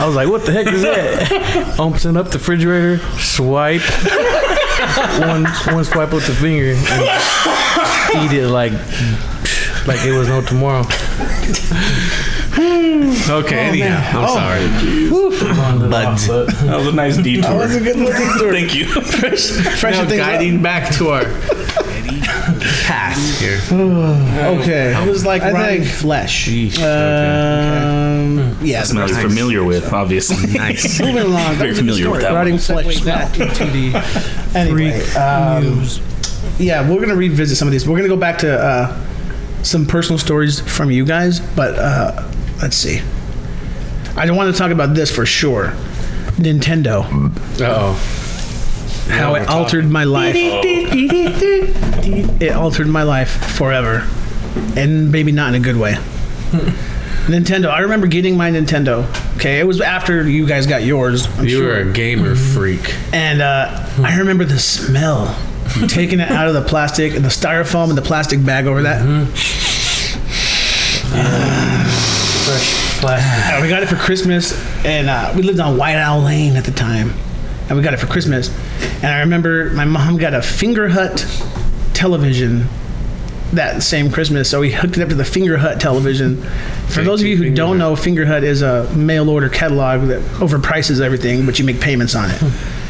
Speaker 5: I was like, "What the heck is that?" Open up the refrigerator, swipe one one swipe with the finger, and eat it like like it was no tomorrow.
Speaker 1: Okay, anyhow, I'm sorry.
Speaker 5: But
Speaker 2: That was a nice detour.
Speaker 3: good looking
Speaker 2: Thank you.
Speaker 3: fresh
Speaker 1: Now
Speaker 3: things. up.
Speaker 1: guiding back to our path here.
Speaker 3: Okay. It was like I
Speaker 1: rotting
Speaker 3: flesh.
Speaker 1: Yeesh.
Speaker 3: Um, Yeah,
Speaker 2: That's not familiar with, obviously. Nice.
Speaker 3: Moving along.
Speaker 2: Very familiar with that
Speaker 3: Rotting flesh smell. anyway, um, yeah, we're gonna revisit some of these. We're gonna go back to uh, some personal stories from you guys, but uh, let's see. I don't want to talk about this for sure. Nintendo,
Speaker 1: Uh-oh.
Speaker 3: how it altered my life. it altered my life forever, and maybe not in a good way. Nintendo. I remember getting my Nintendo. Okay, it was after you guys got yours. I'm
Speaker 1: You were a gamer freak.
Speaker 3: and uh, I remember the smell. Taking it out of the plastic and the styrofoam and the plastic bag over that.
Speaker 5: fresh plastic.
Speaker 3: Uh, we got it for Christmas, and uh, we lived on White Owl Lane at the time, and we got it for Christmas. And I remember my mom got a Finger Hut television that same Christmas, so we hooked it up to the Finger Hut television. For those of you who don't know, Finger Hut is a mail order catalog that overprices everything, but you make payments on it.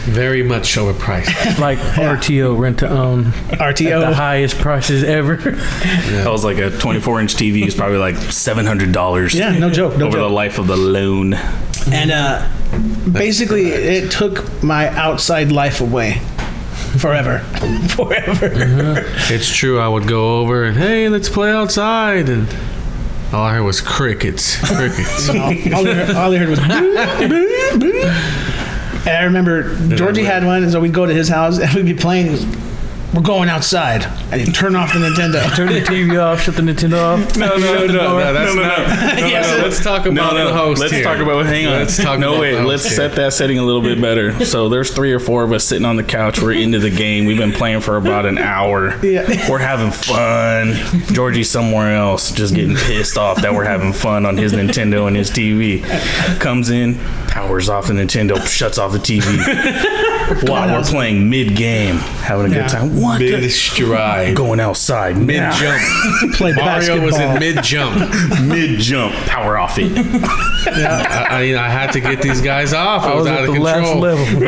Speaker 1: Very much overpriced.
Speaker 5: It's like RTO rent to own. The
Speaker 3: RTO.
Speaker 5: highest prices ever.
Speaker 2: That was like a 24 inch TV. It's probably like $700
Speaker 3: Yeah, no joke. No
Speaker 2: over
Speaker 3: joke.
Speaker 2: the life of the loan.
Speaker 3: And uh, basically, it took my outside life away forever. forever.
Speaker 1: it's true. I would go over and hey, let's play outside, and all I heard was crickets, crickets.
Speaker 3: all, all I heard, all I heard was. boop, boop, boop. And I remember Georgie had one, and so we'd go to his house and we'd be playing. we're going outside. And you turn off the Nintendo.
Speaker 5: Turn the TV off, shut the Nintendo off.
Speaker 2: No, no, no, no,
Speaker 1: that's
Speaker 2: no, no,
Speaker 1: not-
Speaker 2: no,
Speaker 1: Yes, let's talk about the host
Speaker 2: Let's
Speaker 1: here.
Speaker 2: talk about. Hang on.
Speaker 1: Let's talk
Speaker 2: no,
Speaker 1: about
Speaker 2: wait.
Speaker 1: the host
Speaker 2: Let's
Speaker 1: here.
Speaker 2: set that setting a little bit better. So there's three or four of us sitting on the couch. We're into the game. We've been playing for about an hour.
Speaker 3: Yeah.
Speaker 2: We're having fun. Georgie's somewhere else, just getting pissed off that we're having fun on his Nintendo and his TV. Comes in, powers off the Nintendo, shuts off the TV. While we're playing mid game, having a good time. What? the-
Speaker 1: Mid stride.
Speaker 2: Going outside mid
Speaker 1: Jump.
Speaker 3: Play
Speaker 1: Mario
Speaker 3: basketball.
Speaker 1: was in mid jump.
Speaker 2: mid jump, power off it.
Speaker 1: I, I mean, I had to get these guys off. I,
Speaker 5: I
Speaker 1: was,
Speaker 5: was
Speaker 1: out
Speaker 5: at
Speaker 1: of
Speaker 5: the last
Speaker 1: control.
Speaker 5: level.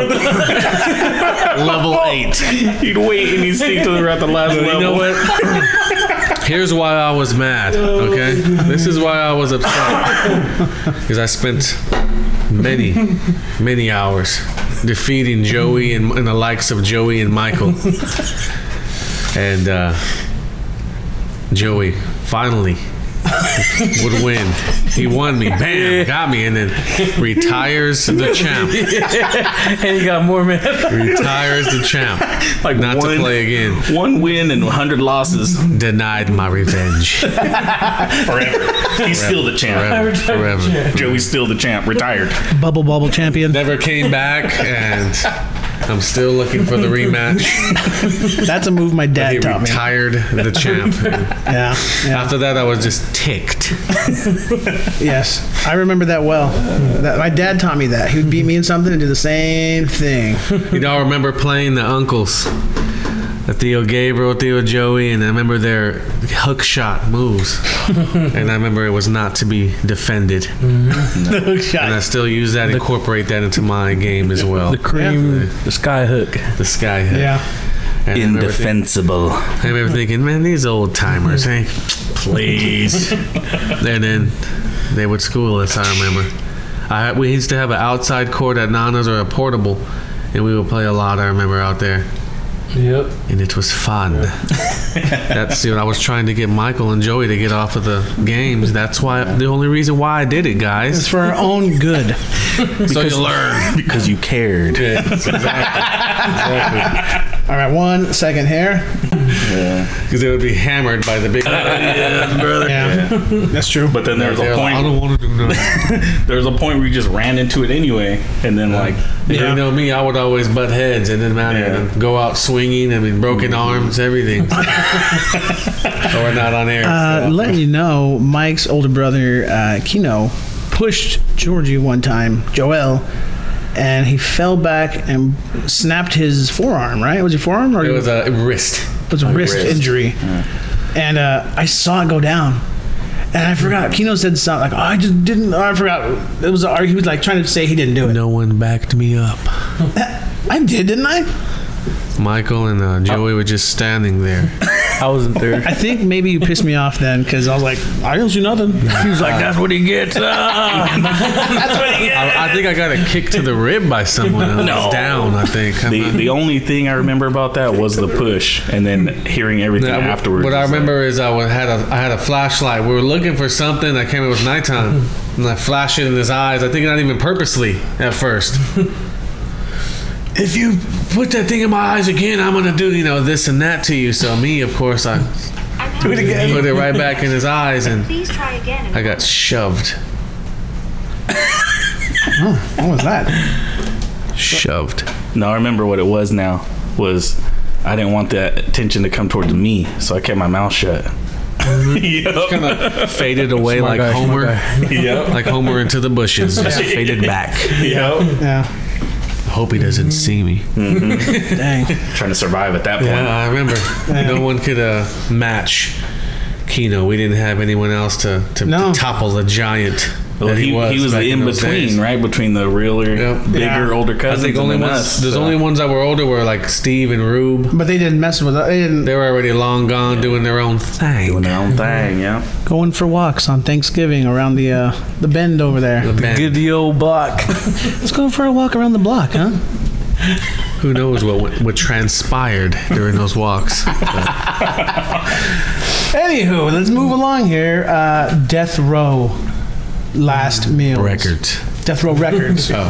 Speaker 5: bro.
Speaker 1: Level eight.
Speaker 2: He'd wait and he'd see till they're at the last
Speaker 1: But you know what? Here's why I was mad. Okay, this is why I was upset because I spent many, many hours defeating Joey and, and the likes of Joey and Michael, and uh, Joey finally would win. He won me, bam, got me, and then retires the champ.
Speaker 5: and you got more, man.
Speaker 1: Retires the champ.
Speaker 2: Like
Speaker 1: Not
Speaker 2: one-
Speaker 1: to play again.
Speaker 2: One win and 100 losses
Speaker 1: Denied my revenge.
Speaker 2: forever. He's still the champ.
Speaker 1: Forever. forever.
Speaker 2: Joey's still the champ, retired.
Speaker 3: Bubble Bubble Champion.
Speaker 1: never came back, and I'm still looking for the rematch.
Speaker 3: That's a move my
Speaker 1: He
Speaker 3: dad taught me.
Speaker 1: retired the champ.
Speaker 3: Yeah. yeah.
Speaker 1: After that, I was just ticked.
Speaker 3: Yes. I remember that well. That, my dad taught me that. He would beat me in something and do the same thing.
Speaker 1: You know, I remember playing the uncles. the Theo Gabriel, Theo Joey, and I remember their hook shot moves. and I remember it was not to be defended. And I still use that, incorporate that into my game as well.
Speaker 5: The cream, the sky hook.
Speaker 1: The sky hook.
Speaker 3: Yeah.
Speaker 1: And I remember thi-
Speaker 2: Indefensible.
Speaker 1: I remember thinking, man, these old timers, eh? hey, please. and then they would school us. I remember. I we used to have an outside court at Nana's or a portable, and we would play a lot. I remember out there,
Speaker 5: Yep.
Speaker 1: and it was fun. That's you know, I was trying to get Michael and Joey to get off of the games. That's why the only reason why I did it,
Speaker 3: It's
Speaker 1: guys.
Speaker 3: for our own good.
Speaker 1: so you learn.
Speaker 2: Because you cared.
Speaker 1: Yeah, exactly.
Speaker 3: All right, one second here.
Speaker 1: Because they would be hammered by the big.
Speaker 3: Yeah. That's true.
Speaker 2: But then there's a
Speaker 1: They're like, I
Speaker 2: point.
Speaker 1: don't want to do nothing.
Speaker 2: There's a point where you just ran into it anyway, and then like
Speaker 1: You know me, I would always butt heads. It didn't matter.
Speaker 2: Yeah.
Speaker 1: I'd Go out swinging. I mean, broken arms, everything. so we're not on air.
Speaker 3: Uh, letting you know, Mike's older brother, uh, Kino, pushed Georgie one time, Joel, and he fell back and snapped his forearm, right? Was it forearm or
Speaker 1: it was a wrist.
Speaker 3: it was a wrist,
Speaker 2: wrist.
Speaker 3: injury? And uh, I saw it go down. And I forgot. Kino said something like, oh, "I just didn't." I forgot. It was an argument. He was like trying to say he didn't do it.
Speaker 1: No one backed me up.
Speaker 3: I did, didn't I?
Speaker 1: Michael and uh, Joey were just standing there.
Speaker 5: I was in third.
Speaker 3: I think maybe you pissed me off then because I was like, "I didn't do nothing." He was like, "That's what he gets."
Speaker 1: I, I think I got a kick to the rib by someone. I was
Speaker 2: No.
Speaker 1: down. I think. I'm
Speaker 2: the,
Speaker 1: not-
Speaker 2: the only thing I remember about that was the push, and then hearing everything
Speaker 1: I-
Speaker 2: afterwards.
Speaker 1: What I
Speaker 2: It's uh, like,
Speaker 1: remember is I wa- had a I had a flashlight. We were looking for something. I came. It was nighttime, and I flashed it in his eyes. I think not even purposely at first. if you put that thing in my eyes again, I'm gonna do you know this and that to you. So me, of course, I
Speaker 7: Do it again.
Speaker 1: put it right back in his eyes, and
Speaker 7: Please try again.
Speaker 1: I got shoved,
Speaker 3: what was that?
Speaker 1: shoved.
Speaker 2: No, I remember what it was now. Was I didn't want that attention to come towards me, so I kept my mouth shut. yep.
Speaker 1: Mm-hmm. Kind of faded away
Speaker 5: Smart
Speaker 1: like
Speaker 5: guy, smart
Speaker 1: Homer,
Speaker 5: guy.
Speaker 2: Yep.
Speaker 1: like Homer into the bushes, just faded back.
Speaker 2: Yep.
Speaker 3: Yeah.
Speaker 1: Hope he doesn't see me.
Speaker 3: Dang.
Speaker 2: Trying to survive at that point.
Speaker 1: Yeah, I remember. No one could uh, match Kino. We didn't have anyone else to, to,
Speaker 3: No.
Speaker 1: to topple the giant
Speaker 2: Well,
Speaker 1: that he,
Speaker 2: he, he was,
Speaker 1: was. back
Speaker 2: the in
Speaker 1: those days.
Speaker 2: between, right? Between the realer,
Speaker 1: Yep.
Speaker 2: bigger,
Speaker 3: Yeah.
Speaker 2: older
Speaker 1: I
Speaker 2: cousins.
Speaker 1: think only
Speaker 2: and then
Speaker 1: ones.
Speaker 2: us,
Speaker 1: there's
Speaker 2: so.
Speaker 1: only ones that were older were like Steve and Rube.
Speaker 3: But they didn't mess with us. They didn't
Speaker 1: They were already long gone, doing their own
Speaker 2: doing
Speaker 1: thing.
Speaker 2: their own thing. Yeah.
Speaker 3: going for walks on Thanksgiving around the uh, the bend over there.
Speaker 1: Man,
Speaker 5: Good the old block.
Speaker 3: Let's go for a walk around the block, huh?
Speaker 1: who knows what, what what transpired during those walks?
Speaker 3: Anywho, let's move along here. Uh, death row, last meal
Speaker 1: Records.
Speaker 3: Death Row Records. oh.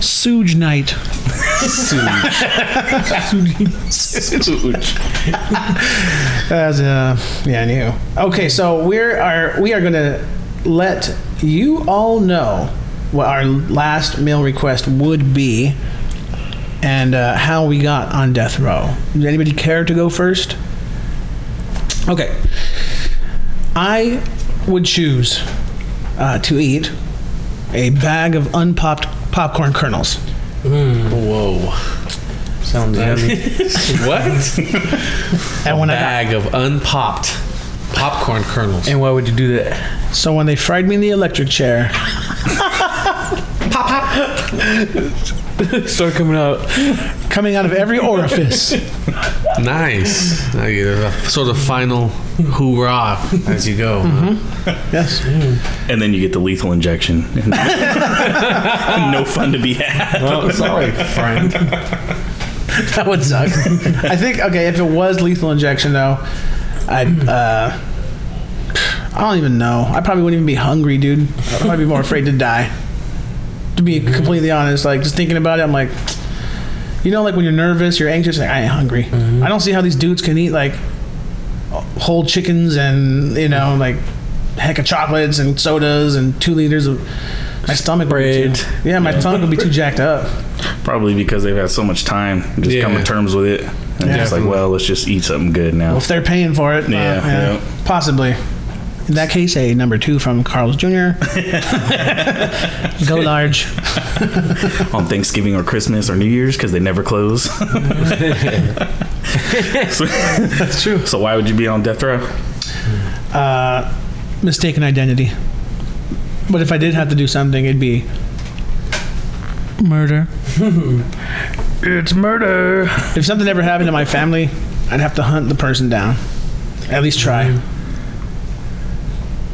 Speaker 3: Suge Knight. As uh, yeah, I knew. Okay, so we are we are gonna let you all know what our last meal request would be, and uh, how we got on death row. Does anybody care to go first? Okay, I would choose uh, to eat a bag of unpopped popcorn kernels.
Speaker 1: Whoa.
Speaker 5: Sounds heavy.
Speaker 1: What?
Speaker 3: And when I got
Speaker 1: Bag of unpopped popcorn kernels.
Speaker 5: and why would you do that?
Speaker 3: So when they fried me in the electric chair,
Speaker 5: Start coming out.
Speaker 3: coming out of every orifice,
Speaker 1: Nice. Now you get a sort of final hoorah as you go.
Speaker 3: yes,
Speaker 2: And then you get the lethal injection. no fun to be had.
Speaker 5: Oh, sorry, friend.
Speaker 3: that would suck. I think okay, if it was lethal injection though, I uh, I don't even know. I probably wouldn't even be hungry, dude. I'd probably be more afraid to die. To be completely honest, like just thinking about it, I'm like, you know, like when you're nervous, you're anxious, like I ain't hungry. I don't see how these dudes can eat like whole chickens and you know like heck of chocolates and sodas and two liters of. My stomach would be
Speaker 5: Bread.
Speaker 3: too- Yeah, my stomach would be too jacked up.
Speaker 2: Probably because they've had so much time, just
Speaker 1: Yeah.
Speaker 2: come to terms with it. And
Speaker 3: Yeah.
Speaker 2: just like, well, let's just eat something good now.
Speaker 3: Well, if they're paying for it, uh,
Speaker 2: Yeah, yeah.
Speaker 3: possibly. In that case, a number two from Carl's Jr. Go large.
Speaker 2: on Thanksgiving or Christmas or New Year's because they never close. That's
Speaker 3: true.
Speaker 2: So why would you be on death row?
Speaker 3: Uh, mistaken identity. But if I did have to do something, it'd be murder.
Speaker 2: It's murder.
Speaker 3: If something ever happened to my family, I'd have to hunt the person down. At least try.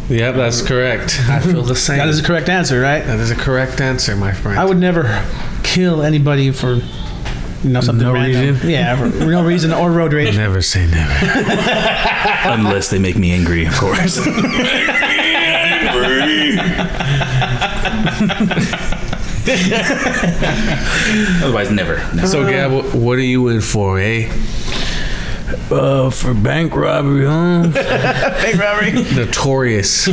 Speaker 1: Yep, that's correct. I feel the same.
Speaker 3: That is the correct answer, right?
Speaker 1: That is a correct answer, my friend.
Speaker 3: I would never kill anybody for you know something
Speaker 5: No
Speaker 3: random.
Speaker 5: reason?
Speaker 3: Yeah, for no reason or road rage.
Speaker 1: never say never.
Speaker 2: Unless they make me angry, of course. Otherwise, never. No.
Speaker 3: Uh.
Speaker 1: So, Gab, wh- what are you in for, eh?
Speaker 5: Uh, for bank robbery, huh?
Speaker 3: Bank robbery.
Speaker 1: Notorious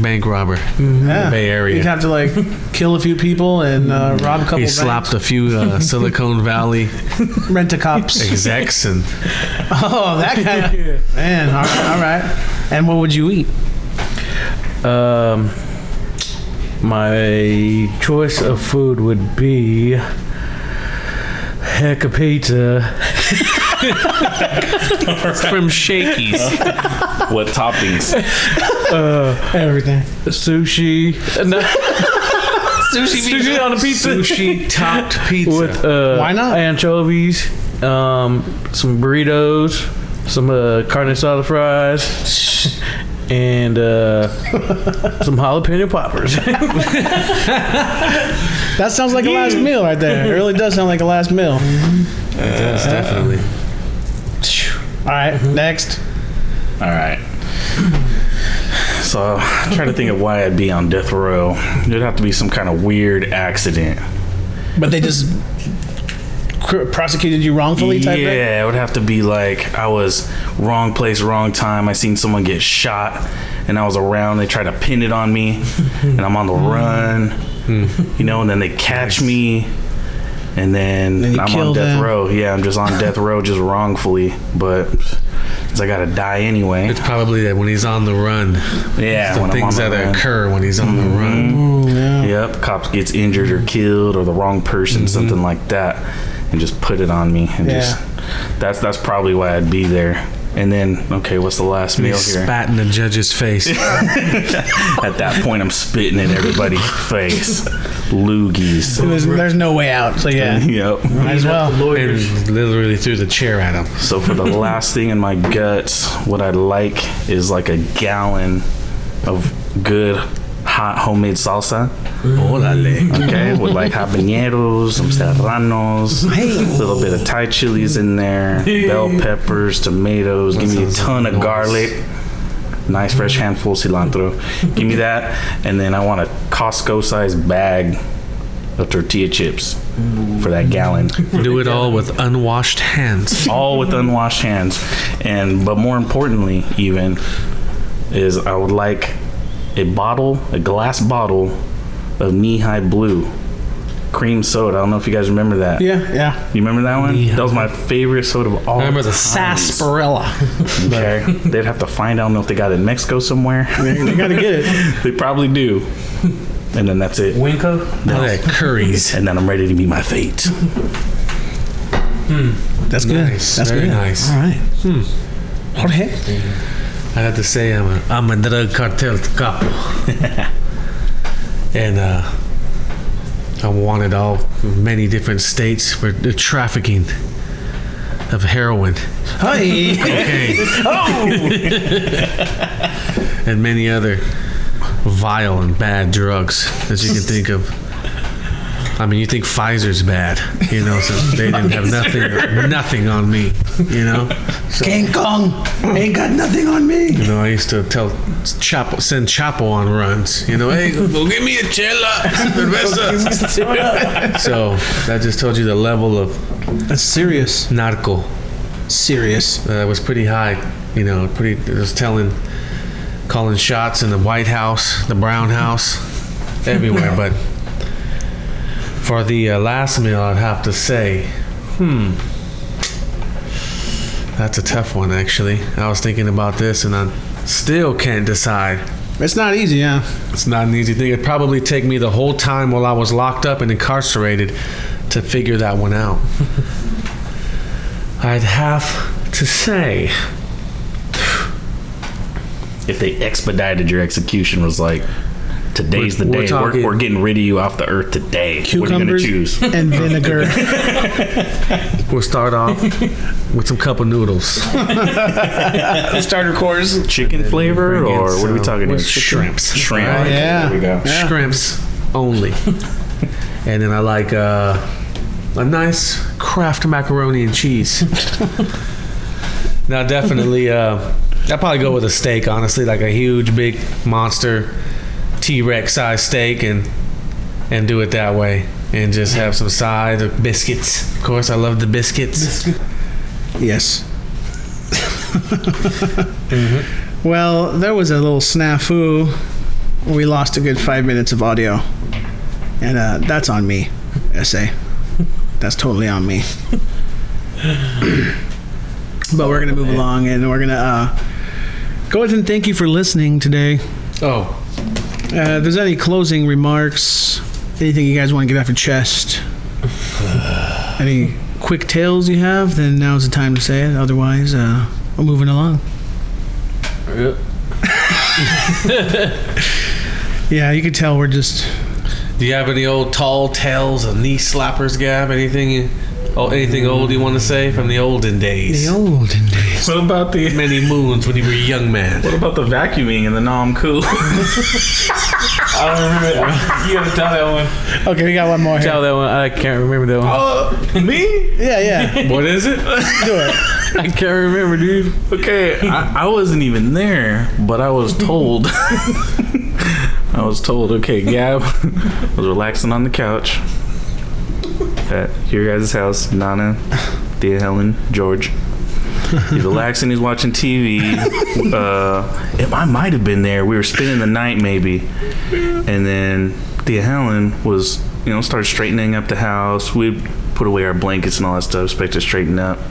Speaker 1: bank robber in the
Speaker 3: Yeah.
Speaker 1: Bay Area.
Speaker 3: You'd have to like kill a few people and uh, rob a couple.
Speaker 1: he
Speaker 3: banks.
Speaker 1: slapped a few uh, Silicon Valley
Speaker 3: rent a cops.
Speaker 1: execs and
Speaker 3: oh, that guy. Man, all right, all right. And what would you eat?
Speaker 5: Um, my choice of food would be heck of pizza.
Speaker 1: from Shakey's.
Speaker 2: What toppings?
Speaker 3: Everything.
Speaker 5: sushi. No,
Speaker 3: Sushi.
Speaker 5: sushi on a pizza.
Speaker 1: Sushi topped pizza.
Speaker 5: with uh,
Speaker 3: Why not?
Speaker 5: anchovies, um, some burritos, some uh, carne asada fries, and uh, some jalapeno poppers.
Speaker 3: That sounds like a last meal right there. It really does sound like a last meal.
Speaker 1: Yes, definitely.
Speaker 3: Mm-hmm. Uh,
Speaker 1: Mm-hmm.
Speaker 3: All right, next.
Speaker 2: All right. So I'm trying to think of why I'd be on death row. It'd have to be some kind of weird accident.
Speaker 3: But they just cr- prosecuted you wrongfully type
Speaker 2: yeah,
Speaker 3: thing.
Speaker 2: it would have to be like I was wrong place, wrong time. I seen someone get shot, and I was around. They tried to pin it on me, and I'm on
Speaker 3: Hmm.
Speaker 2: the run. you know, and then they catch me, and then
Speaker 3: Then you
Speaker 2: I'm
Speaker 3: kill
Speaker 2: on death
Speaker 3: them.
Speaker 2: row. Yeah, I'm just on death row, just wrongfully. But since I gotta die anyway,
Speaker 1: It's probably that when he's on the run,
Speaker 2: yeah,
Speaker 1: the
Speaker 2: when I'm
Speaker 1: things
Speaker 2: on
Speaker 1: that
Speaker 2: the run. Mm-hmm.
Speaker 1: occur when he's on the run.
Speaker 2: Yep, cops gets injured or killed or the wrong person, something like that, and just put it on me and
Speaker 3: Yeah.
Speaker 2: just that's that's probably why I'd be there. And then okay, what's the last
Speaker 1: He
Speaker 2: meal here?
Speaker 1: spat in the judge's face.
Speaker 2: At that point, I'm spitting in everybody's face, loogies.
Speaker 3: There's, there's no way out. So
Speaker 1: Mm-hmm.
Speaker 3: yeah,
Speaker 2: Yep.
Speaker 3: might as well.
Speaker 1: and literally threw the chair at him.
Speaker 2: So for the last thing in my guts, what I like is like a gallon of good hot homemade salsa.
Speaker 1: Orale.
Speaker 2: Okay, with like habaneros, some serranos, a little bit of Thai chilies in there, bell peppers, tomatoes. Give me a
Speaker 1: sounds
Speaker 2: ton
Speaker 1: like
Speaker 2: of
Speaker 1: noise.
Speaker 2: garlic. nice fresh handful of cilantro. Give me that, and then I want a Costco-sized bag of tortilla chips for that gallon.
Speaker 1: Do it all with unwashed hands.
Speaker 2: all with unwashed hands. And but more importantly, even is I would like a bottle, a glass bottle of knee high blue cream soda. I don't know if you guys remember that.
Speaker 3: Yeah, yeah.
Speaker 2: You remember that one? That was my favorite soda of all.
Speaker 1: I remember the
Speaker 3: Sarsaparilla.
Speaker 2: Okay. They'd have to find. I don't know if they got it in Mexico somewhere.
Speaker 3: you gotta get it.
Speaker 2: they probably do. And then that's it.
Speaker 5: Winko?
Speaker 1: all that curries.
Speaker 2: And then I'm ready to meet my fate.
Speaker 3: That's good.
Speaker 1: Nice, Hmm.
Speaker 3: That's
Speaker 1: very
Speaker 3: good.
Speaker 1: nice.
Speaker 3: All right. Jorge.
Speaker 1: I have to say, I'm a, I'm a drug cartel cop. and uh, I wanted all many different states for the trafficking of heroin.
Speaker 3: Hi.
Speaker 1: Okay. and many other vile and bad drugs that you can think of. I mean, you think Pfizer's bad, you know? So they didn't have nothing, nothing on me, you know.
Speaker 3: King Kong ain't got nothing on me.
Speaker 1: You know, I used to tell Chapo, send Chapo on runs. You know, hey, go get me a chela, cerveza. so that just told you the level of
Speaker 3: That's serious.
Speaker 1: narco
Speaker 3: Serious.
Speaker 1: uh, was pretty high. You know, pretty it was telling, calling shots in the White House, the Brown House, everywhere. but for the uh, last meal, I'd have to say, hmm, that's a tough one. Actually, I was thinking about this, and I still can't decide.
Speaker 3: It's not easy, yeah.
Speaker 1: It's not an easy thing. It'd probably take me the whole time while I was locked up and incarcerated to figure that one out. I'd have to say.
Speaker 2: If they expedited your execution, was like today's
Speaker 1: We're-
Speaker 2: the
Speaker 1: we're
Speaker 2: day. We're,
Speaker 1: talking-
Speaker 2: we're, getting rid of you off the earth today. What are you gonna
Speaker 3: Cucumbers.
Speaker 2: choose?
Speaker 3: And vinegar.
Speaker 1: We'll start off with some cup of noodles.
Speaker 3: Starter course.
Speaker 2: Chicken flavor,
Speaker 1: bring in
Speaker 2: or what are we
Speaker 1: some-
Speaker 2: talking about?
Speaker 1: what's shrimps.
Speaker 2: Shrimp.
Speaker 3: Oh, yeah.
Speaker 2: There we go.
Speaker 3: Yeah.
Speaker 1: Shrimps only. and then I like uh, a nice Kraft macaroni and cheese. now, definitely, uh, I'd probably go with a steak, honestly, like a huge, big monster T Rex sized steak and, and do it that way. And just have some side of biscuits. Of course, I love the biscuits.
Speaker 3: Yes. Well, there was a little snafu. We lost a good five minutes of audio, and uh, that's on me, SA. That's totally on me. but we're gonna move along, and we're gonna uh, go ahead and thank you for listening today.
Speaker 1: Oh,
Speaker 3: Uh, if there's any closing remarks, anything you guys want to get off your chest, any quick tales you have, then now's the time to say it. Otherwise, uh, we're moving along. Yeah, you can tell we're just.
Speaker 1: do you have any old tall tales or knee slappers, Gab? Anything, you- oh, anything old you want to say from the olden days?
Speaker 3: olden days.
Speaker 2: What about the
Speaker 1: many moons when you were a young man.
Speaker 2: what about the vacuuming and the no I'm cool?
Speaker 5: I don't remember. you gotta tell that one.
Speaker 3: Okay, we got one more here.
Speaker 5: Tell that one. I can't remember that one.
Speaker 2: Uh, me?
Speaker 3: Yeah, yeah.
Speaker 2: What is it?
Speaker 3: Do it.
Speaker 5: I can't remember, dude.
Speaker 2: Okay, I, I wasn't even there, but I was told. I was told, okay, Gab was relaxing on the couch at your guys' house, Nana, Thea Helen, George. He's relaxing, he's watching TV. Uh, it, I might have been there. We were spending the night, maybe. And then Thea Helen was, you know, started straightening up the house. We'd put away our blankets and all that stuff, expect to straighten up.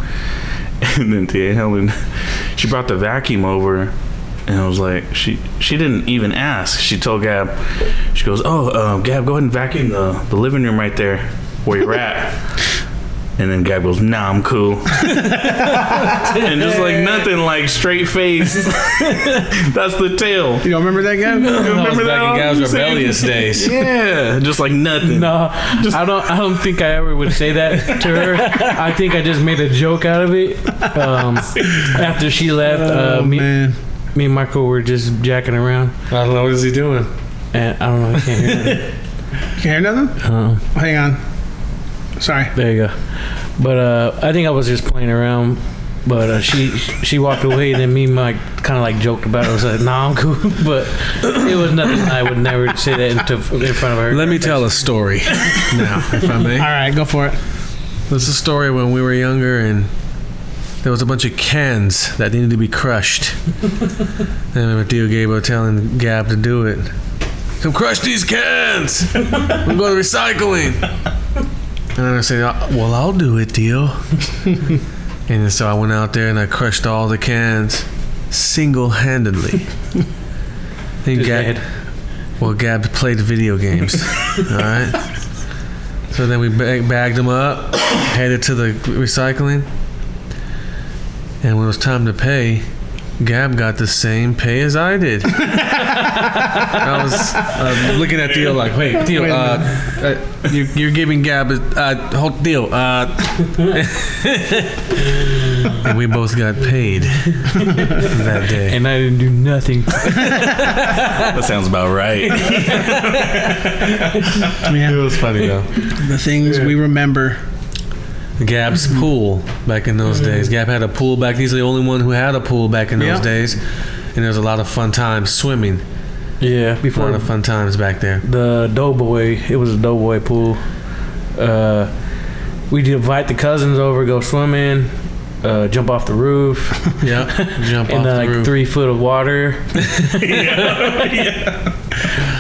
Speaker 2: And then Tia Helen, she brought the vacuum over, and I was like, she she didn't even ask. She told Gab, she goes, "Oh, uh, Gab, go ahead and vacuum the, the living room right there where you're at." And then Gab goes, "Nah, I'm cool," and just like nothing, like straight face. That's the tale.
Speaker 3: You don't remember that guy?
Speaker 2: You remember that?
Speaker 1: back in
Speaker 2: all
Speaker 1: Gab's
Speaker 2: I'm saying?
Speaker 1: rebellious days.
Speaker 2: Yeah, just like nothing.
Speaker 5: No, I don't. I don't think I ever would say that to her. I think I just made a joke out of it. Um, after she left, uh,
Speaker 3: Oh,
Speaker 5: me,
Speaker 3: man.
Speaker 5: me and Michael were just jacking around,
Speaker 1: I don't know what is he doing.
Speaker 5: and I don't know. I can't hear. That.
Speaker 3: Can you hear nothing?
Speaker 5: Um,
Speaker 3: Hang on. Sorry.
Speaker 5: There you go. But uh, I think I was just playing around But uh, she she walked away, and then me and Mike kind of like joked about it. I was like, "Nah, I'm cool," but it was nothing. I would never say that into, in front of her.
Speaker 1: Let me tell a story now, if I may.
Speaker 3: All right, go for it.
Speaker 1: This is a story when we were younger and there was a bunch of cans that needed to be crushed. and Theo Gabo telling Gab to do it. Come crush these cans! We're going to recycling! And I said, "Uh, Well, I'll do it, Theo. and so I went out there and I crushed all the cans single handedly. Then Gab, well, Gab played video games. all right. So then we bag- bagged them up, headed to the recycling, and when it was time to pay, Gab got the same pay as I did. I was uh, looking at Theo like, "Wait, Theo, uh, uh, you, you're giving Gab a uh, whole deal." Uh. and we both got paid that day.
Speaker 5: and I didn't do nothing.
Speaker 2: That sounds about right.
Speaker 1: It was funny though.
Speaker 3: The things we remember.
Speaker 1: Gab's pool back in those days. Gab had a pool back. He's the only one who had a pool back in those
Speaker 3: Yeah.
Speaker 1: days. And there was a lot of fun times swimming.
Speaker 5: Yeah,
Speaker 1: A lot
Speaker 5: before
Speaker 1: of fun times back there.
Speaker 5: the doughboy it was a doughboy pool uh we invite the cousins over go swimming uh jump off the roof
Speaker 1: Yep. Jump
Speaker 5: in
Speaker 1: off
Speaker 5: uh,
Speaker 1: the
Speaker 5: like
Speaker 1: roof.
Speaker 5: three foot of water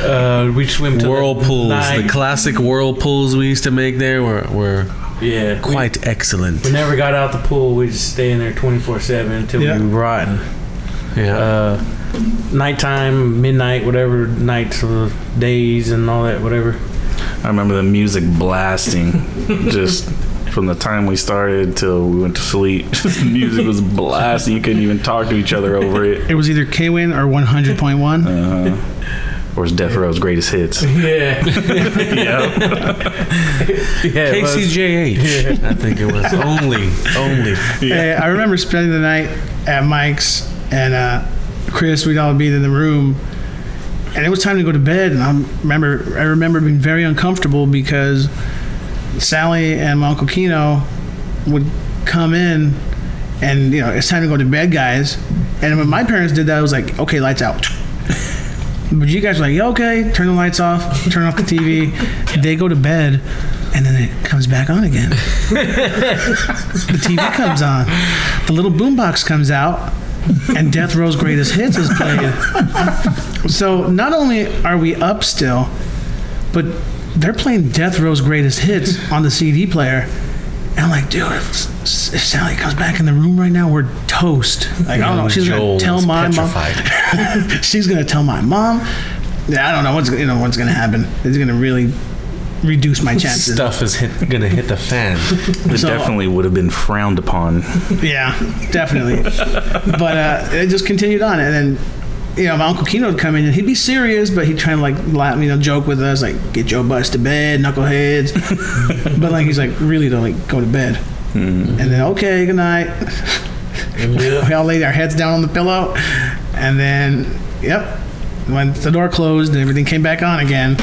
Speaker 5: uh we swim to
Speaker 1: Whirlpools.
Speaker 5: the,
Speaker 1: The
Speaker 5: night.
Speaker 1: classic whirlpools we used to make there were, were
Speaker 5: yeah we-
Speaker 1: quite excellent.
Speaker 5: we, never got out the pool we just stay in there 24 7 until
Speaker 3: Yeah.
Speaker 5: we were rotten
Speaker 1: Yeah.
Speaker 5: uh nighttime midnight whatever nights or days and all that whatever
Speaker 2: I remember the music blasting just from the time we started till we went to sleep. Just the music was blasting. You couldn't even talk to each other over it.
Speaker 3: It was either Kwin or 100.1.
Speaker 2: Uh, or it's Death Row's greatest hits.
Speaker 5: yeah
Speaker 2: yeah.
Speaker 5: yeah it was.
Speaker 1: KCJH. I think it was. Only. Only.
Speaker 3: Hey, I remember spending the night at Mike's and uh, Chris. We'd all be in the room, and it was time to go to bed. And I remember, I remember being very uncomfortable because Sally and my Uncle Kino would come in, and you know it's time to go to bed, guys. And when my parents did that, I was like, okay, lights out. But you guys were like, yeah, okay, turn the lights off, turn off the TV. They go to bed, and then it comes back on again the TV comes on, the little boombox comes out, and Death Row's Greatest Hits is played. So not only are we up still, but they're playing Death Row's Greatest Hits on the CD player. And I'm like, dude, if, if Sally comes back in the room right now, we're toast. Like, I don't know. She's
Speaker 1: Joel
Speaker 3: gonna tell
Speaker 1: was
Speaker 3: my
Speaker 1: petrified.
Speaker 3: mom. She's gonna tell my mom. Yeah, I don't know what's you know what's gonna happen. It's gonna really reduce my chances.
Speaker 1: Stuff is hit, gonna hit the fan.
Speaker 2: It
Speaker 3: So-
Speaker 2: definitely would have been frowned upon.
Speaker 3: Yeah, definitely. but uh, it just continued on, and then you know my uncle Keno would come in and he'd be serious, but he'd try and like laugh, you know joke with us, like get your butts to bed, knuckleheads. but like he's like really to like go to bed, and then okay, good night. we all laid our heads down on the pillow, and then yep, when the door closed and everything came back on again,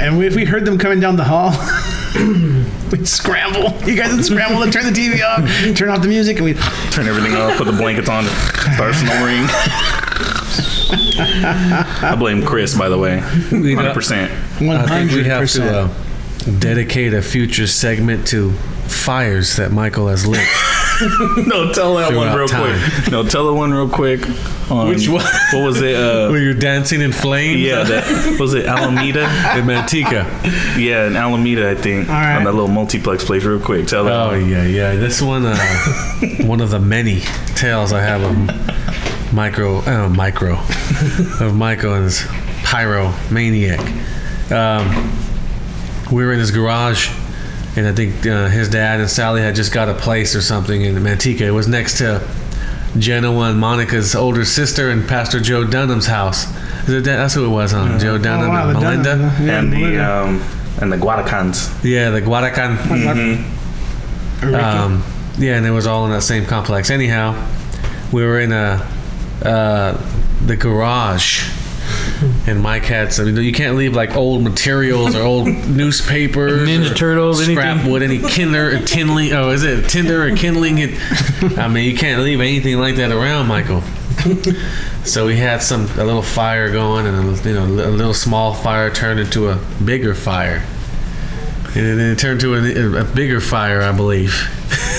Speaker 3: and if we heard them coming down the hall. We'd scramble. You guys would scramble and turn the TV off, turn off the music, and we'd
Speaker 2: Turn everything off, put the blankets on, start snoring. I blame Chris, by the way. 100%.
Speaker 1: I think we have
Speaker 3: 100%.
Speaker 1: to uh, dedicate a future segment to fires that Michael has lit.
Speaker 2: No, tell that one
Speaker 1: Throughout
Speaker 2: real
Speaker 1: time.
Speaker 2: quick. No, tell the one real quick. on-
Speaker 1: Which one?
Speaker 2: What was it? Uh,
Speaker 1: Where you're dancing in flames?
Speaker 2: yeah, that what was it Alameda.
Speaker 1: In Manteca.
Speaker 2: Yeah, in Alameda, I think.
Speaker 3: All right.
Speaker 2: On that little multiplex place, real quick. Tell them.
Speaker 1: Oh yeah, yeah. This one, uh, one of the many tales I have of micro, uh, micro, of Michael and his pyromaniac. Um, we were in his garage, and I think uh, his dad and Sally had just got a place or something in Manteca. It was next to Genoa and Monica's older sister and Pastor Joe Dunham's house. Is it that- That's who it was, huh? Joe Dunham
Speaker 3: Oh, wow,
Speaker 1: and
Speaker 3: the Dunham,
Speaker 1: Melinda.
Speaker 3: yeah,
Speaker 2: and the
Speaker 3: Melinda.
Speaker 2: um, and the Guadacans.
Speaker 1: Yeah, the Guaracan. Um, yeah, and it was all in that same complex. Anyhow, we were in a uh, the garage,
Speaker 5: Hmm.
Speaker 1: And my cats, I mean, you can't leave like old materials or old newspapers,
Speaker 5: Ninja
Speaker 1: or
Speaker 5: Turtles,
Speaker 1: scrap
Speaker 5: anything.
Speaker 1: wood, any kindler or kindling. Oh, is it tinder or kindling? It, I mean, you can't leave anything like that around, Michael. So we had some a little fire going, and a, you know, a little small fire turned into a bigger fire, and then it turned to a, a bigger fire, I believe,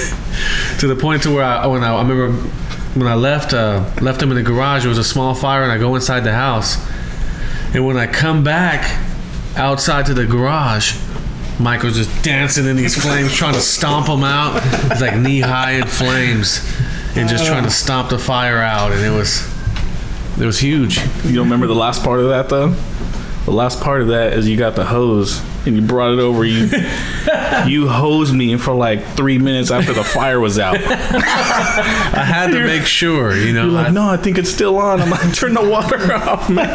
Speaker 1: to the point to where I when I, I remember when I left uh, left him in the garage, it was a small fire, and I go inside the house, and when I come back outside to the garage. Michael's just dancing in these flames, trying to stomp them out. It's like knee high in flames, and just trying to stomp the fire out. And it was, it was huge.
Speaker 2: You don't remember the last part of that though? The last part of that is you got the hose and you brought it over. You you hosed me for like three minutes after the fire was out.
Speaker 1: I had to make sure, you know.
Speaker 2: You're like,
Speaker 1: I,
Speaker 2: no, I think it's still on. I'm like, turn the water off, man.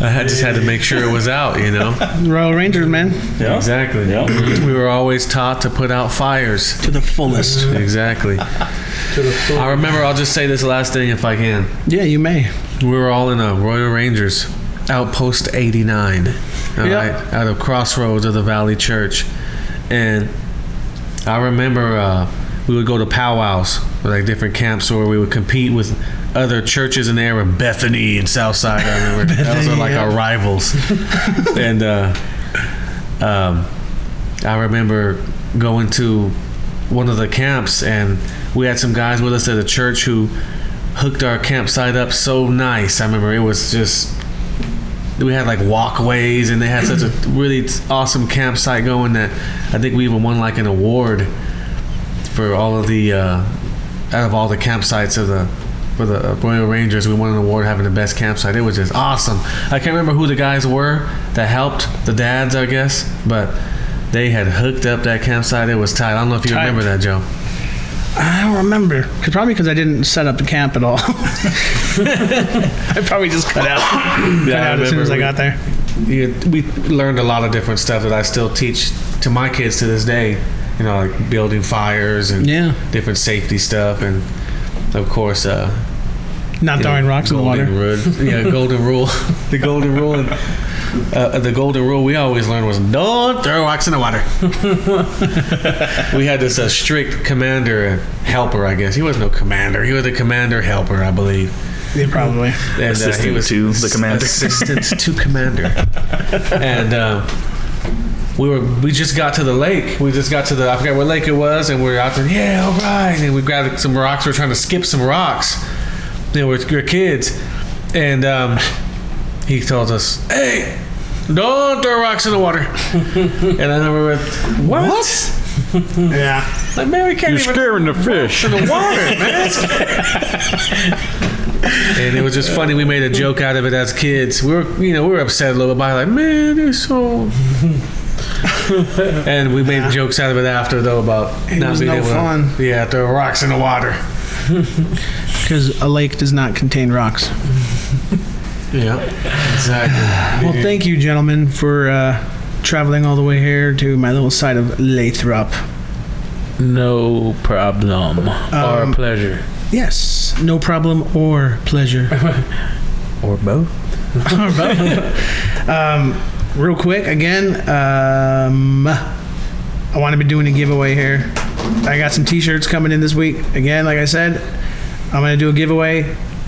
Speaker 1: I had- just had to make sure it was out, you know.
Speaker 3: Royal Rangers, man,
Speaker 1: Exactly. we were always taught to put out fires.
Speaker 3: to the fullest.
Speaker 1: Exactly. I remember. I'll just say this last thing, if I can.
Speaker 3: Yeah, you may.
Speaker 1: We were all in a Royal Rangers outpost 89, all
Speaker 3: Yeah.
Speaker 1: right, out of Crossroads of the Valley Church, and I remember uh, we would go to powwows, like different camps, where we would compete with other churches in the area, Bethany and Southside. I remember those are like our rivals, and uh, um, I remember going to one of the camps, and we had some guys with us at a church who hooked our campsite up so nice. I remember it was just we had like walkways, and they had such a really awesome campsite going that I think we even won like an award for all of the uh, out of all the campsites of the for the uh, Royal Rangers, we won an award having the best campsite. It was just awesome. I can't remember who the guys were that helped, the dads, I guess, but they had hooked up that campsite. It was tight. I don't know if you remember that, Joe.
Speaker 3: I don't remember. 'Cause- probably because I didn't set up the camp at all. I probably just cut out, cut
Speaker 1: I
Speaker 3: out as soon
Speaker 1: remember
Speaker 3: as I
Speaker 1: we-
Speaker 3: got there.
Speaker 1: You, we learned a lot of different stuff that I still teach to my kids to this day. You know, like building fires and
Speaker 3: Yeah.
Speaker 1: different safety stuff, and of course, uh,
Speaker 3: Not throwing rocks in the water.
Speaker 1: golden Rule. Yeah, golden rule. the golden rule. And, uh, the golden rule we always learned was don't throw rocks in the water. we had this uh, strict commander and helper, I guess. He was no commander. He was a commander helper, I believe.
Speaker 3: Yeah, probably.
Speaker 1: And, uh,
Speaker 2: Assistant to the commander.
Speaker 1: Assistant to commander. and uh, we were we just got to the lake. We just got to the I forget what lake it was, and we are out there. Yeah, all right. And we grabbed some rocks. We are trying to skip some rocks. They were, we were kids, and um, he told us, "Hey, don't throw rocks in the water." and I remember, what? what?
Speaker 3: Yeah.
Speaker 1: Like, man, we can't even
Speaker 7: scaring the fish.
Speaker 1: in the water, man. and it was just funny. We made a joke out of it as kids. We were, you know, we were upset a little bit by it, like, man, they're so. and we made jokes out of it after though about
Speaker 3: It was no
Speaker 1: to-
Speaker 3: fun.
Speaker 1: yeah, throw rocks in the water.
Speaker 3: Because a lake does not contain rocks.
Speaker 1: Yeah, exactly.
Speaker 3: Well, thank you, gentlemen, for uh, traveling all the way here to my little side of Lathrop.
Speaker 5: No problem. or pleasure.
Speaker 3: Um, Yes, no problem or pleasure.
Speaker 5: Or both.
Speaker 3: um, real quick, again, um, I want to be doing a giveaway here. I got some T-shirts coming in this week. Again, like I said, I'm gonna do a giveaway,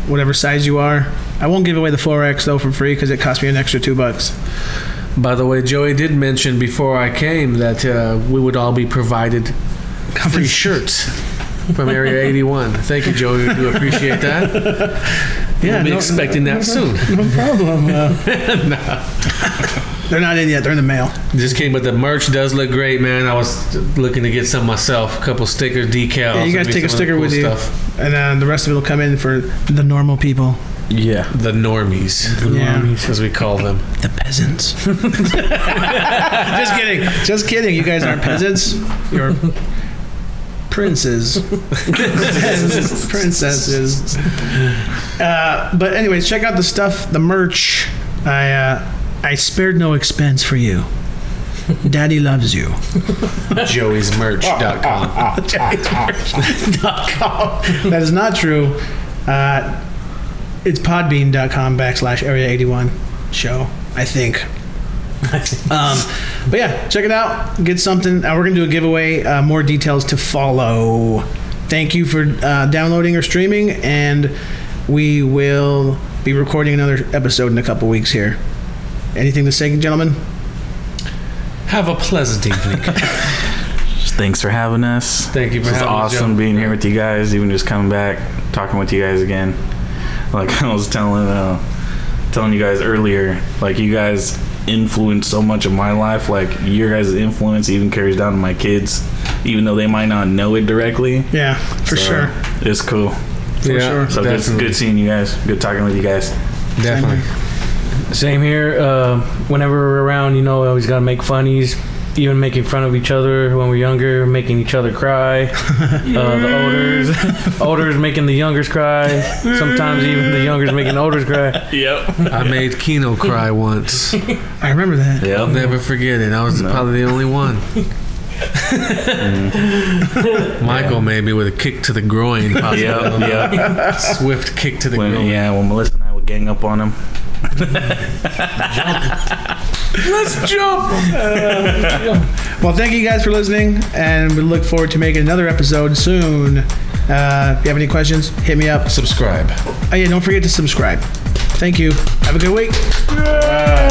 Speaker 3: whatever size you are. I won't give away the 4X though for free because it cost me an extra two bucks.
Speaker 1: By the way, Joey did mention before I came that uh, we would all be provided free shirts from Area 81. Thank you, Joey. We do appreciate that.
Speaker 3: Yeah,
Speaker 1: we'll be
Speaker 3: no-
Speaker 1: expecting that soon.
Speaker 3: No problem. uh, They're not in yet. They're in the mail.
Speaker 1: Just came, but the merch does look great, man. I was looking to get some myself, a couple stickers, decals.
Speaker 3: Yeah, you
Speaker 1: It'd
Speaker 3: guys
Speaker 1: be
Speaker 3: take a
Speaker 1: some of the
Speaker 3: sticker
Speaker 1: cool
Speaker 3: with you, and uh, the rest of it will come in for the normal people,
Speaker 2: Yeah.
Speaker 1: The normies,
Speaker 3: yeah,
Speaker 1: as we call them.
Speaker 3: the peasants. just kidding, just kidding. You guys aren't peasants. You're princes, princesses. Uh, but anyways, check out the stuff, the merch. I uh, I spared no expense for you. Daddy loves you.
Speaker 1: Joeysmerch.com.
Speaker 3: that is not true. Uh, It's podbean.com backslash area 81 show, I think. um, but yeah, check it out. Get something. Uh, we're going to do a giveaway. Uh, more details to follow. Thank you for uh, downloading or streaming, and we will be recording another episode in a couple weeks here. Anything to say, gentlemen?
Speaker 5: Have a pleasant evening.
Speaker 2: Thanks for having us.
Speaker 5: Thank you for
Speaker 2: It's
Speaker 5: having us,
Speaker 2: awesome
Speaker 5: Joe.
Speaker 2: being here with you guys, even just coming back, talking with you guys again. Like I was telling uh, telling you guys earlier, like you guys influenced so much of my life. Like your guys' influence even carries down to my kids, even though they might not know it directly.
Speaker 3: Yeah, for
Speaker 2: So,
Speaker 3: sure.
Speaker 2: It's cool.
Speaker 3: For sure.
Speaker 2: So it's
Speaker 1: definitely.
Speaker 2: good seeing you guys. Good talking with you guys.
Speaker 1: Definitely.
Speaker 5: Same here. Uh, whenever we're around, you know, we always gotta make funnies. Even making fun of each other when we're younger, making each other cry. Uh, the olders, olders making the youngers cry. Sometimes even the youngers making the olders cry.
Speaker 1: I made Kino cry once.
Speaker 3: I remember that.
Speaker 2: Yep.
Speaker 1: I'll never forget it. I was
Speaker 2: No.
Speaker 1: probably the only one. Michael made me with a kick to the groin. Possibly.
Speaker 2: Mm-hmm. Yep. Yep.
Speaker 1: Swift kick to the
Speaker 2: When,
Speaker 1: groin.
Speaker 2: yeah, when Melissa and I would gang up on him.
Speaker 3: Well, thank you guys for listening, and we look forward to making another episode soon. Uh, if you have any questions, hit me up.
Speaker 1: Subscribe.
Speaker 3: Oh, yeah, don't forget to subscribe. Thank you. Have a good week.